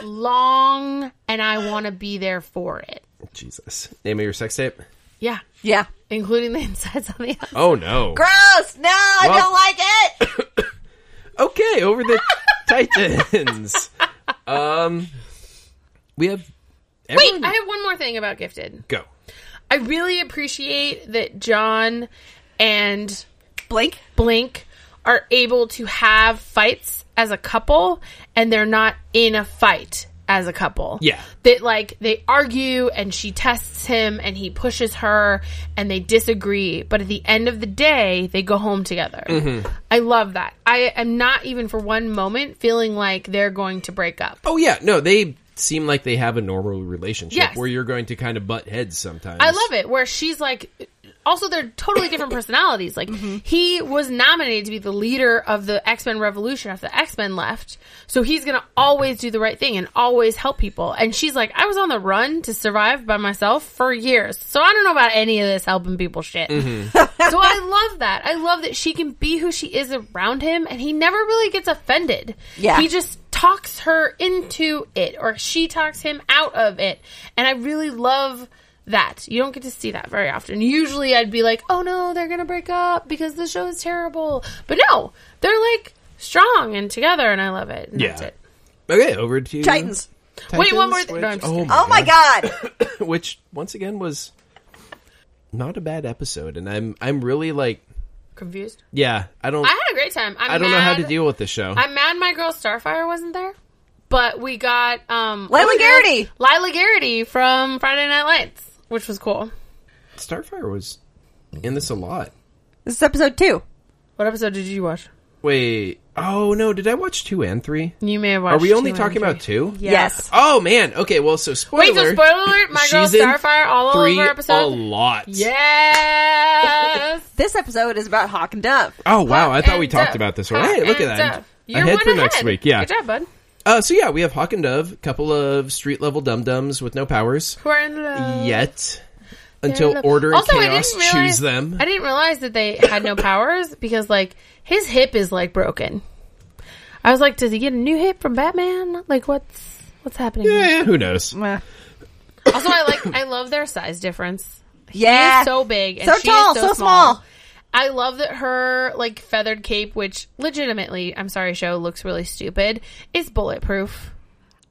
be long, and I want to be there for it.
Jesus. Name of your sex tape?
Yeah,
yeah,
including the insides on the outside.
Oh no.
gross. No, I
Well-
don't like it.
okay, over the Titans. Um we have
Wait,
everyone
I have one more thing about Gifted.
go.
I really appreciate that John and
Blink.
Blink are able to have fights as a couple and they're not in a fight as a couple.
Yeah.
That like they argue and she tests him and he pushes her and they disagree, but at the end of the day they go home together. I love that. I am not even for one moment feeling like they're going to break up.
Oh yeah, no, they seem like they have a normal relationship
Yes.
where you're going to kind of butt heads sometimes.
I love it where she's like also they're totally different personalities. Like he was nominated to be the leader of the X-Men revolution after the X-Men left. So he's going to always do the right thing and always help people. And she's like, "I was on the run to survive by myself for years. So I don't know about any of this helping people shit." so I love that. I love that she can be who she is around him and he never really gets offended.
Yeah.
He just talks her into it or she talks him out of it. And I really love that. You don't get to see that very often. Usually I'd be like, oh no, they're going to break up because the show is terrible. But no, they're like strong and together, and I love it. And That's
Yeah.
it.
Okay, over to
Titans.
Wait, one more
Titans,
thing.
which-
No, I'm just
oh
kidding.
my,
Oh my god.
god! Which once again was not a bad episode, and I'm I'm really like,
Confused.
yeah, I don't
I had a great time. I'm
I don't know how to
mad-
deal with this show.
I'm mad my girl Starfire wasn't there, but we got um
Lila
what was
Garrity.
her- Lila Garrity from Friday Night Lights, which was cool.
Starfire was in this a lot.
This is episode two.
What episode did you watch?
Wait, oh no, did I watch two and three?
You may have watched.
Are we only
two and
talking
three.
about two?
Yeah.
Yes.
Oh man, okay. Well, so spoiler.
Wait, so spoiler alert! My girl
she's in
Starfire all
three
over
a
episode.
lot.
Yes.
This episode is about Hawk and Dove.
Oh wow, I thought we
And
talked
Dove.
about this one.
Hot
Hey, look
and
at that.
Dove. You're
ahead
one
for next
ahead.
week. Yeah.
Good job, bud.
Uh, so yeah, we have Hawk and Dove, couple of street level dum dums with no powers
Who are in love.
yet,
They're in
until
love.
Order and
Also, I
Chaos
didn't realize-
choose them.
I didn't realize that they had no powers because, like, his hip is like broken. I was like, does he get a new hip from Batman? Like, what's what's happening?
Yeah, yeah, who knows?
Meh.
Also, I like I love their size difference.
Yeah.
He's so big and
Ah, So
she
tall,
is so,
so
small.
small.
I love that her like feathered cape, which legitimately, I'm sorry, show looks really stupid, is bulletproof.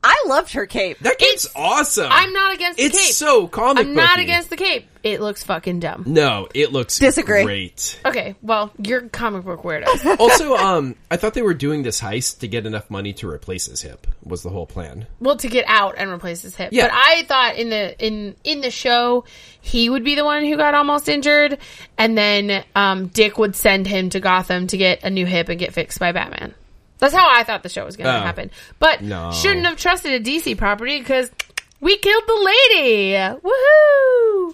I loved her cape.
That game's awesome.
I'm not against the
It's
cape.
so comic.
I'm not
booky.
against the cape. It looks fucking dumb.
No, it looks
Disagree.
great.
Okay, well, you're comic book weirdos.
also, um, I thought they were doing this heist to get enough money to replace his hip. Was the whole plan?
well, to get out and replace his hip.
Yeah.
But I thought in the in in the show he would be the one who got almost injured, and then um, Dick would send him to Gotham to get a new hip and get fixed by Batman. That's how I thought the show was going to
Oh.
happen. But
No.
shouldn't have trusted a DC property because we killed the lady. Woohoo!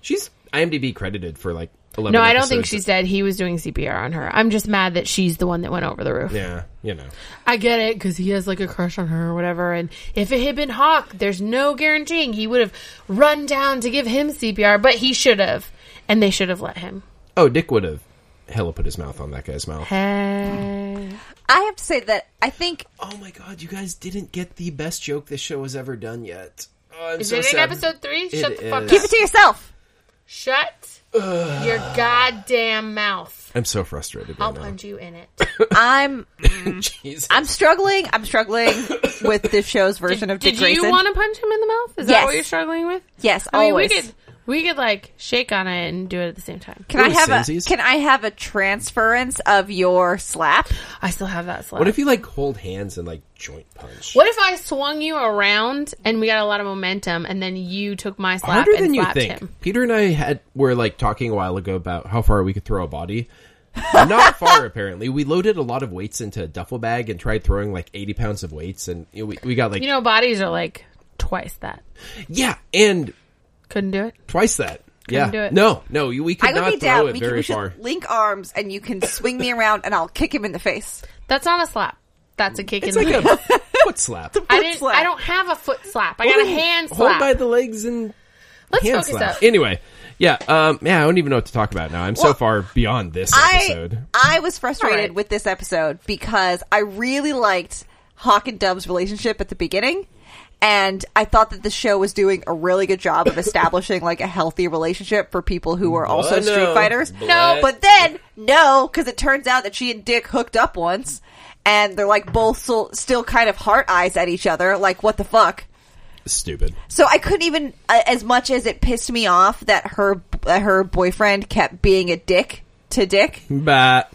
She's IMDb credited for like eleven.
No, I don't think
episodes.
she's dead. He was doing CPR on her. I'm just mad that she's the one that went over the roof.
Yeah, you know.
I get it because he has like a crush on her or whatever. And if it had been Hawk, there's no guaranteeing he would have run down to give him CPR, but he should have. And they should have let him.
Oh, Dick would have hella put his mouth on that guy's mouth.
Hey.
I have to say that I think
Oh my god, you guys didn't get the best joke this show has ever done yet. Oh, I'm
Is
so
it in
sad.
episode three?
It
Shut the
is.
fuck up.
keep it to yourself.
Shut your goddamn mouth.
I'm so frustrated. Right
I'll
now.
punch you in it.
I'm
Jesus.
I'm struggling. I'm struggling with this show's version of Dick
Did
Grayson.
you want to punch him in the mouth? Is that
Yes.
what you're struggling with?
yes,
I mean,
always.
we could we could like shake on it and do it at the same time.
can I
Ooh,
have
Sinsies.
a Can I have a transference of your slap?
I still have that slap.
What if you like hold hands and like joint punch?
What if I swung you around and we got a lot of momentum, and then you took my slap
Harder
and
than you
slapped
think.
him?
Peter and I had were like talking a while ago about how far we could throw a body. Not far, apparently. We loaded a lot of weights into a duffel bag and tried throwing like eighty pounds of weights, and you know, we, we got like
You know, bodies are like twice that.
yeah, and
Couldn't do it.
twice that. Yeah,
do it.
no, no, you- we could
I would
not
be
throw
down.
it
We, could,
very
we should
far.
link arms, and you can swing me around, and I'll kick him in the face.
That's not a slap. That's a kick
It's
in
like
the.
a foot slap.
I
foot
didn't.
slap.
I don't have a foot slap. I got a hand
Hold
slap.
by the legs and
Let's
hand
focus
slap.
up.
Anyway, yeah, um, yeah, I don't even know what to talk about now. I'm so
Well,
far beyond this episode.
I I was frustrated
All right.
with this episode because I really liked Hawk and Dove's relationship at the beginning. And I thought that the show was doing a really good job of establishing like a healthy relationship for people who are also
Well,
street
no.
fighters.
No,
but then no, because it turns out that she and Dick hooked up once, and they're like both still, still kind of heart eyes at each other. Like what the fuck?
Stupid.
So I couldn't even, uh, as much as it pissed me off that her uh, her boyfriend kept being a dick to Dick
But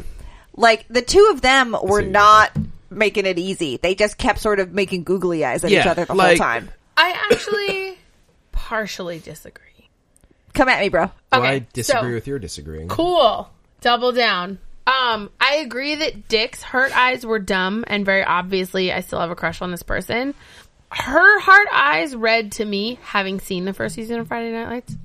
like the two of them were
see.
not making it easy. They just kept sort of making googly eyes at each
Yeah,
other the
like-
whole time.
I actually partially disagree.
Come at me, bro.
well, I
Okay,
disagree
so-
with your disagreeing.
Cool. Double down. Um, I agree that Dick's heart eyes were dumb and very obviously I still have a crush on this person. Her heart eyes read to me, having seen the first season of Friday Night Lights,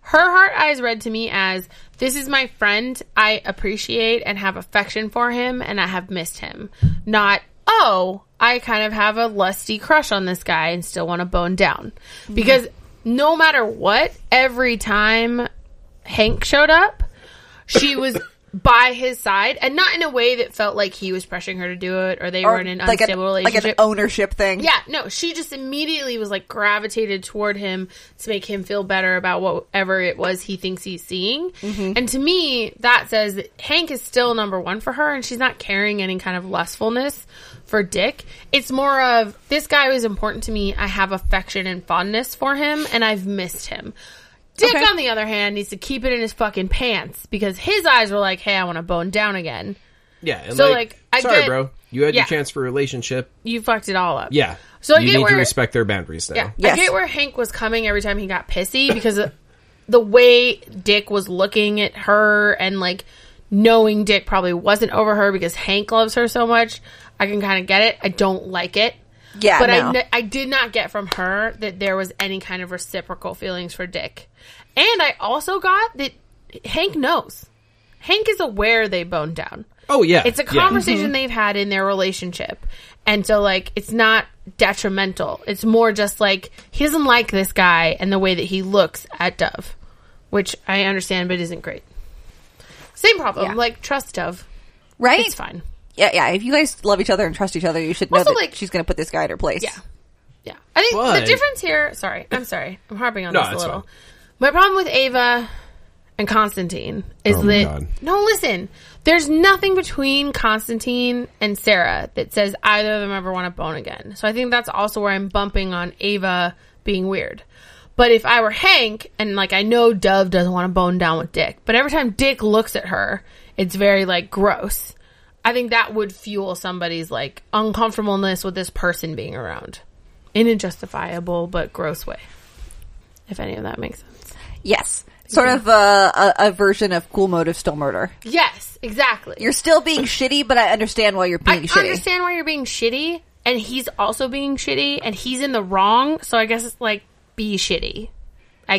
her heart eyes read to me as this is my friend, I appreciate and have affection for him, and I have missed him. Not, oh, I kind of have a lusty crush on this guy and still want to bone down.
Mm-hmm.
Because no matter what, every time Hank showed up, she was by his side, and not in a way that felt like he was pressuring her to do it or they were in an
Oh, like an,
unstable relationship.
like an ownership thing.
Yeah, no, she just immediately was like gravitated toward him to make him feel better about whatever it was he thinks he's seeing. And to me, that says that Hank is still number one for her and she's not carrying any kind of lustfulness for Dick. It's more of this guy was important to me. I have affection and fondness for him and I've missed him. Dick,
Okay.
on the other hand, needs to keep it in his fucking pants because his eyes were like, hey, I want to bone down again.
Yeah, and
So,
like,
like, I
sorry,
get-
bro, you had
Yeah.
your chance for a relationship.
You fucked it all up.
Yeah,
So I
you
get
need to
where-
respect their boundaries now.
Yeah.
Yes.
I get where Hank was coming every time he got pissy because of the way Dick was looking at her and like knowing Dick probably wasn't over her because Hank loves her so much. I can kind of get it. I don't like it.
Yeah,
But
no.
I, kn- I did not get from her that there was any kind of reciprocal feelings for Dick. And I also got that Hank knows. Hank is aware they boned down.
Oh yeah,
It's a
Yeah.
conversation they've had in their relationship. And so like it's not detrimental. It's more just like he doesn't like this guy and the way that he looks at Dove, which I understand but isn't great. Same problem.
Yeah.
Like trust Dove.
right.
It's fine.
Yeah, yeah. If you guys love each other and trust each other, you should know
Also,
that
like-
she's going to put this guy at her place.
Yeah. Yeah. I think
But-
the difference here sorry, I'm sorry. I'm harping on
No,
this a
that's
little.
fine.
My problem with Ava and Constantine is
Oh my
that
God.
no listen. There's nothing between Constantine and Sarah that says either of them ever want to bone again. So I think that's also where I'm bumping on Ava being weird. But if I were Hank and like I know Dove doesn't want to bone down with Dick, but every time Dick looks at her, it's very like gross. I think that would fuel somebody's like uncomfortableness with this person being around in a justifiable but gross way. If any of that makes sense.
Yes. Sort of a, a, a version of cool motive, still murder.
Yes, exactly.
You're still being shitty, but I understand why you're
I
being shitty.
understand why you're being shitty, and he's also being shitty, and he's in the wrong. So I guess it's like be shitty. I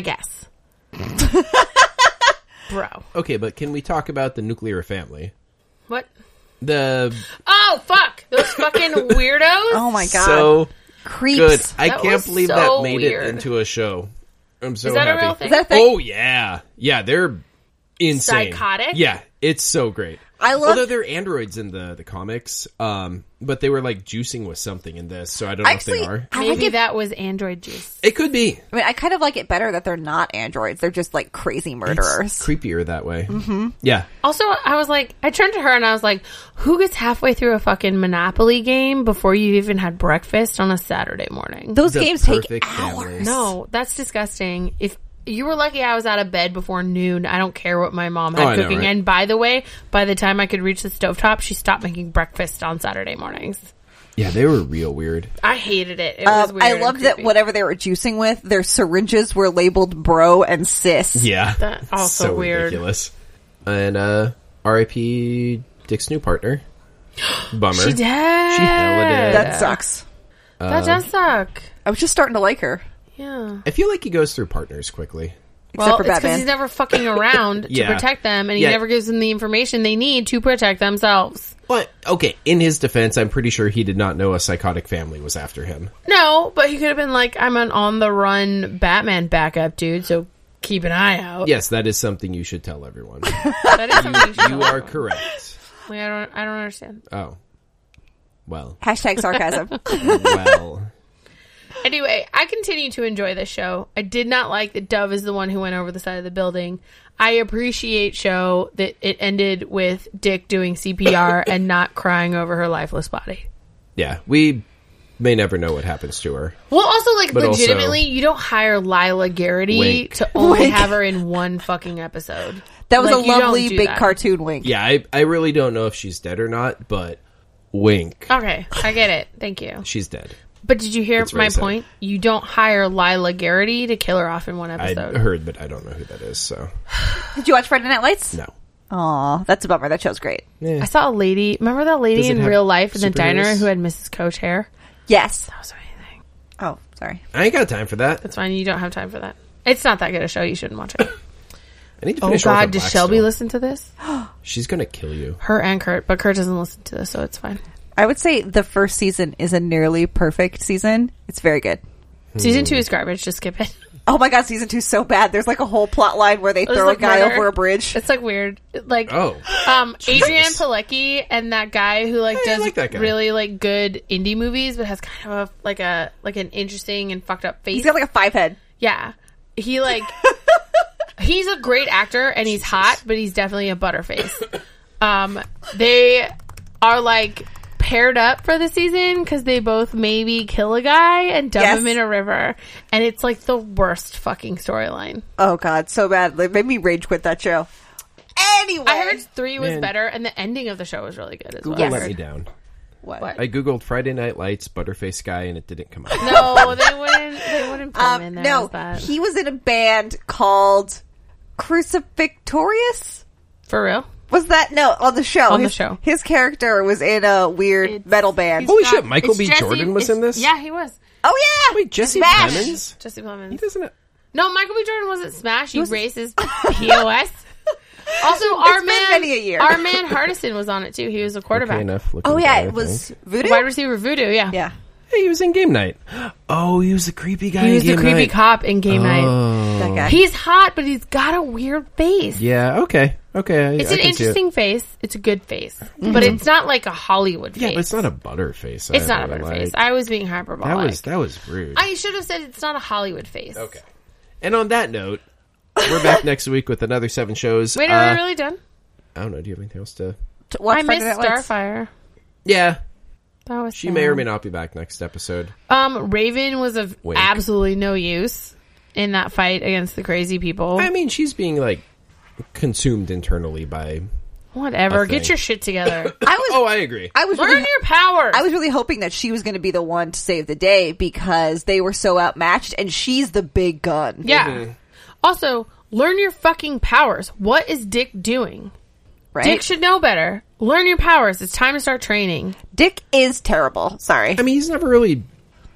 guess, bro.
Okay, but can we talk about the nuclear family?
What?
The
Oh fuck! Those fucking weirdos.
Oh my god,
so
creeps.
good. I
That
can't
was
believe
so
that made
weird.
it into a show. I'm so
Is that a
happy.
real thing?
Is that a thing?
Oh yeah, yeah, they're insane,
Psychotic?
Yeah, it's so great.
I love-
although they're androids in the the comics, um, but they were like juicing with something in this, so I don't know if
Actually,
they are.
I like
Maybe
it.
that was android juice.
It could be
I mean, I kind of like it better that they're not androids. They're just like crazy murderers.
creepier that way. Mm-hmm. Yeah,
Also, I was like, I turned to her and I was like, "Who gets halfway through a fucking Monopoly game before you even had breakfast on a Saturday morning?"
Those
The
games take
perfect
hours.
family.
No, that's disgusting. If you were lucky, I was out of bed before noon. I don't care what my mom
Oh,
had
I know,
cooking.
right?
And by the way, by the time I could reach the stovetop, she stopped making breakfast on Saturday mornings.
yeah, they were real weird.
I hated it. It was
Um,
weird.
I
and
love that
creepy.
whatever they were juicing with, their syringes were labeled bro and sis.
Yeah,
That- also
so
weird.
ridiculous. And uh, R.I.P. Dick's new partner. Bummer.
She did. She
hella did.
That sucks.
that
Uh,
does suck.
I was just starting to like her.
Yeah.
I feel like he goes through partners quickly.
Except
well,
for
it's
Batman.
because he's never fucking around
Yeah.
to protect them, and he
Yeah.
never gives them the information they need to protect themselves.
But okay, in his defense, I'm pretty sure he did not know a psychotic family was after him.
No, but he could have been like, "I'm an on the run Batman backup dude, so keep an eye out."
Yes, that is something you should tell everyone.
That is something should
you
know.
are correct.
Like, I don't, I don't understand.
Oh. Well.
Hashtag sarcasm.
Well.
Anyway, I continue to enjoy this show. I did not like that Dove is the one who went over the side of the building. I appreciate show that it ended with Dick doing CPR and not crying over her lifeless body.
Yeah, we may never know what happens to her.
Well, also like
But also-
legitimately, you don't hire Lila Garrity
Wink.
to only
Wink.
have her in one fucking episode.
That was
Like,
a
you don't
lovely
do
big
that.
cartoon wink.
Yeah, I, I really don't know if she's dead or not, but wink.
Okay, I get it. Thank you.
She's dead.
But did you hear
very
my
sad.
point? You don't hire Lila Garrity to kill her off in one
I
episode.
heard, but I don't know who that is, so
Did you watch Friday Night Lights?
no.
Aw, that's a bummer. That show's great.
I saw a lady. Remember that lady
Does it
in
have
real life in the diner
superheroes?
who had Mrs. Coach hair?
Yes.
That was anything.
Oh, sorry.
I ain't got time for that.
It's fine. You don't have time for that. It's not that good a show. You shouldn't watch it.
I need to
oh
finish
God,
Orphan
does Shelby
Blackstone.
listen to this?
She's gonna kill you.
Her and Kurt, but Kurt doesn't listen to this, so it's fine.
I would say the first season is a nearly perfect season. It's very good.
Hmm.
Season two is garbage. Just skip it.
Oh my god, season two's so bad. There's like a whole plot line where they
There's,
throw
like,
a guy
murder.
over a bridge.
It's like weird. Like
Oh,
Um, Adrian
Jesus.
Pilecki and that guy who like
Hey, I
does
like that guy.
really like good indie movies, but has kind of a, like a like an interesting and fucked up face.
He's got like a five head.
yeah, he like he's a great actor and he's hot, but he's definitely a butterface. um, they are like paired up for the season because they both maybe kill a guy and dump
Yes.
him in a river, and it's like the worst fucking storyline.
Oh god, so bad. It made me rage quit that show. Anyway,
I heard three was
Man.
better, and the ending of the show was really good as well.
Google
Yes.
let me down.
what?
What?
I googled Friday Night Lights, Butterface Guy, and it didn't come up.
No, they wouldn't. They wouldn't put him
Um,
in there.
no,
as that.
he was in a band called Crucifixorious.
for real.
Was that no on the show?
On the
his,
show.
his character was in a weird
It's-
metal band.
Holy shit, Michael B. Jordan was in this?
Yeah, he was.
Oh yeah,
Wait, Jesse
Smash!
Plemons?
Jesse Plemons.
Doesn't it?
No, Michael B. Jordan wasn't Smash. He races POS. Also, our
been
man,
many a year.
our man Hardison was on it too. He was a quarterback,
Okay, enough. looking
Oh yeah,
guy, I
it was voodoo.
wide receiver voodoo. Yeah,
Yeah,
think. Hey, he was in Game Night. Oh, he was the creepy guy.
he
in
was the
Game
creepy
Night.
cop in Game Night.
Oh.
that guy.
He's hot, but he's got a weird face.
Yeah. Okay. Okay. I-
It's
I can see
an
it.
interesting face. It's a good face,
Mm-hmm.
but it's not like a Hollywood
Yeah,
face.
but it's not a butterface.
It's not a
either,
better face.
like-
I was being hyperbolic.
that was that was rude.
I should have said it's not a Hollywood face.
okay. And on that note, we're back next week with another seven shows.
Wait, are
Uh,
we really done?
I don't know. Do you have anything else to?
T- watch
I
Friday
missed
Night Lights.
Starfire.
Yeah,
That was
she may or may not be back next episode.
Um, Raven was of
Wink.
absolutely no use in that fight against the crazy people.
I mean, she's being like consumed internally by.
Whatever.
a
Get
thing.
your shit together.
I was,
Oh, I agree.
I was
Learn
really,
your power.
I was really hoping that she was going to be the one to save the day because they were so outmatched, and she's the big gun.
yeah. Also, learn your fucking powers. What is Dick doing?
right.
Dick should know better. Learn your powers. It's time to start training.
Dick is terrible. Sorry.
I mean, he's never really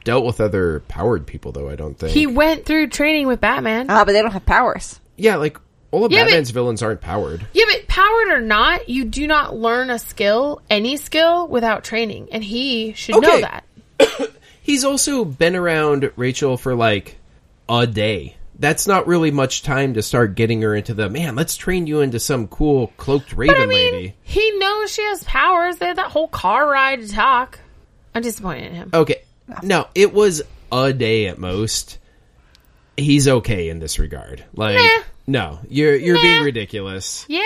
dealt with other powered people, though. I don't think.
He went through training with Batman.
Ah, but they don't have powers.
yeah, like all of
Yeah, but-
Batman's villains aren't powered.
Yeah, but powered or not, you do not learn a skill, any skill, without training. And he should know
Okay.
that.
He's also been around Rachel for like a day. That's not really much time to start getting her into the man. Let's train you into some cool cloaked raven
But I mean,
lady.
he knows she has powers. They had that whole car ride to talk. I'm disappointed in him.
Okay, no, it was a day at most. He's okay in this regard. Like,
Nah.
no, you're you're being
Nah.
ridiculous.
Yeah.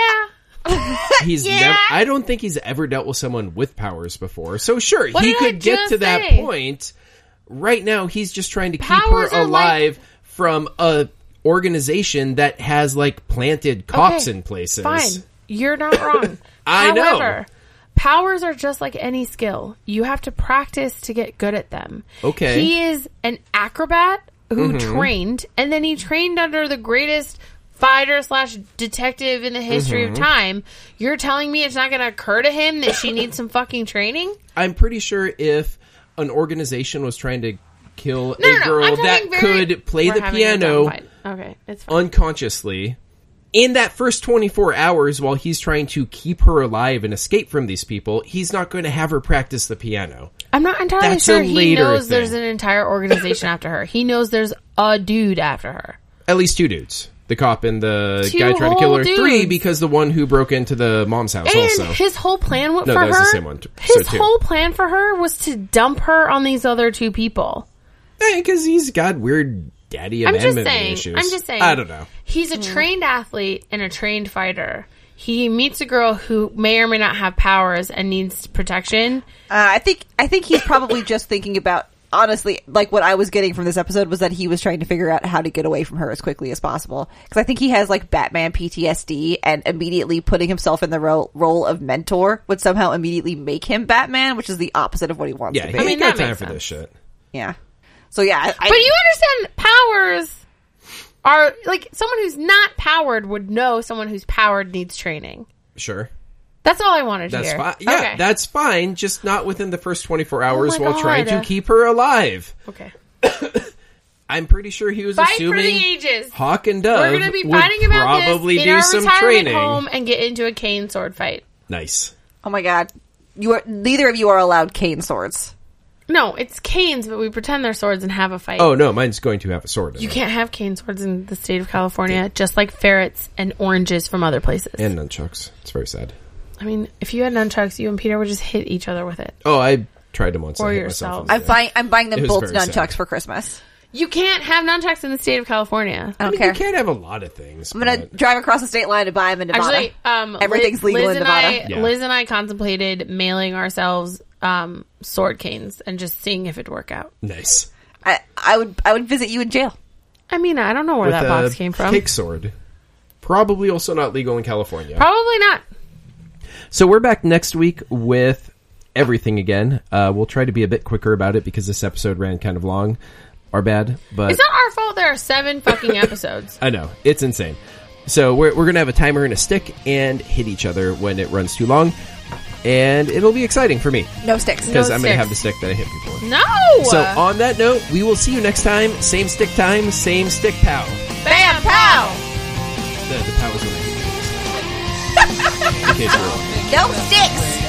He's
Yeah.
never. I don't think he's ever dealt with someone with powers before. So sure, he
did I
could get
just
to that
say?
point. Right now, he's just trying to keep
Powers
her
are like-
alive from a organization that has like planted cops
Okay,
in places.
Fine. You're not wrong.
I know.
powers are just like any skill. You have to practice to get good at them.
Okay. Mm-hmm.
He is an acrobat who trained, and then he trained under the greatest fighter slash detective in the history
Mm-hmm.
of time. You're telling me it's not going to occur to him that she needs some fucking training?
I'm pretty sure if an organization was trying to kill
No, no,
a
no.
girl
I'm
that
talking very-
could play
We're
the
having a dumb
piano
fight. Okay, it's fine.
unconsciously in that first 24 hours while he's trying to keep her alive and escape from these people he's not going to have her practice the piano
I'm not entirely
That's
sure
a
he
later
knows there's
thing.
an entire organization after her. He knows there's a dude after her.
at least two dudes the cop and the
Two
guy trying to kill
whole
her three
dudes.
because the one who broke into the mom's house
And
also
his whole plan w-
No,
for
that was the
her-
same one. So
His
two.
whole plan for her was to dump her on these other two people.
because he's got weird daddy
I'm just
abandonment
saying.
issues
I'm just saying.
i don't know
He's a trained athlete and a trained fighter. He meets a girl who may or may not have powers and needs protection.
Uh, I think I think he's probably just thinking about honestly, like what I was getting from this episode was that he was trying to figure out how to get away from her as quickly as possible because I think he has like Batman PTSD and immediately putting himself in the ro- role of mentor would somehow immediately make him Batman, which is the opposite of what he wants
yeah
to
he
be.
ain't
mean,
got
that
time
makes
for this
sense.
shit
yeah. So yeah, I,
But you understand powers are like someone who's not powered would know someone who's powered needs training.
sure
That's all I wanted to
that's
hear.
fine yeah
Okay. Oh
that's fine just not within the first 24 hours
my
while trying to
God.
keep her alive
okay.
i'm pretty sure he was
Fight for
assuming
the ages.
Hawk and Dove
We're going to be
would
fighting about
probably
this in
do
our
some
retirement
training.
home and get into a cane sword fight.
Nice.
oh my god, you are neither of you are allowed cane swords.
No, it's canes, but we pretend they're swords and have a fight.
Oh no, mine's going to have a sword. In
You
it.
can't have cane swords in the state of California, just like ferrets and oranges from other places.
And nunchucks. It's very sad.
I mean, if you had nunchucks, you and Peter would just hit each other with it.
Oh, I tried them once.
Or
I hit myself. in
yourself.
the
I'm
head.
buying. I'm buying
It
them
was very
both
sad.
nunchucks for Christmas.
You can't have nunchucks in the state of California.
I
I
don't
mean,
care.
you can't have a lot of things.
I'm gonna
but-
drive across the state line to buy them in Nevada.
Actually, um,
Everything's
Liz,
legal
Liz
in
and
Nevada.
I,
Yeah.
Liz and I contemplated mailing ourselves um, sword canes and just seeing if it'd work out.
nice.
I, I would. I would visit you in jail.
I mean, I don't know where that
With
box
a
came from.
uh, Cake sword. Probably also not legal in California.
Probably not.
So we're back next week with everything again. Uh, we'll try to be a bit quicker about it because this episode ran kind of long. Our bad, but
It's not our fault. There are seven fucking episodes.
I know it's insane. So we're we're gonna have a timer and a stick and hit each other when it runs too long, and it'll be exciting for me
No sticks.
because
No
I'm gonna
sticks.
have the stick that I hit people with.
No.
So uh, on that note, we will see you next time. Same stick time, same stick pow.
bam pow.
The, the pow is when I hit you. In case you're-
No sticks.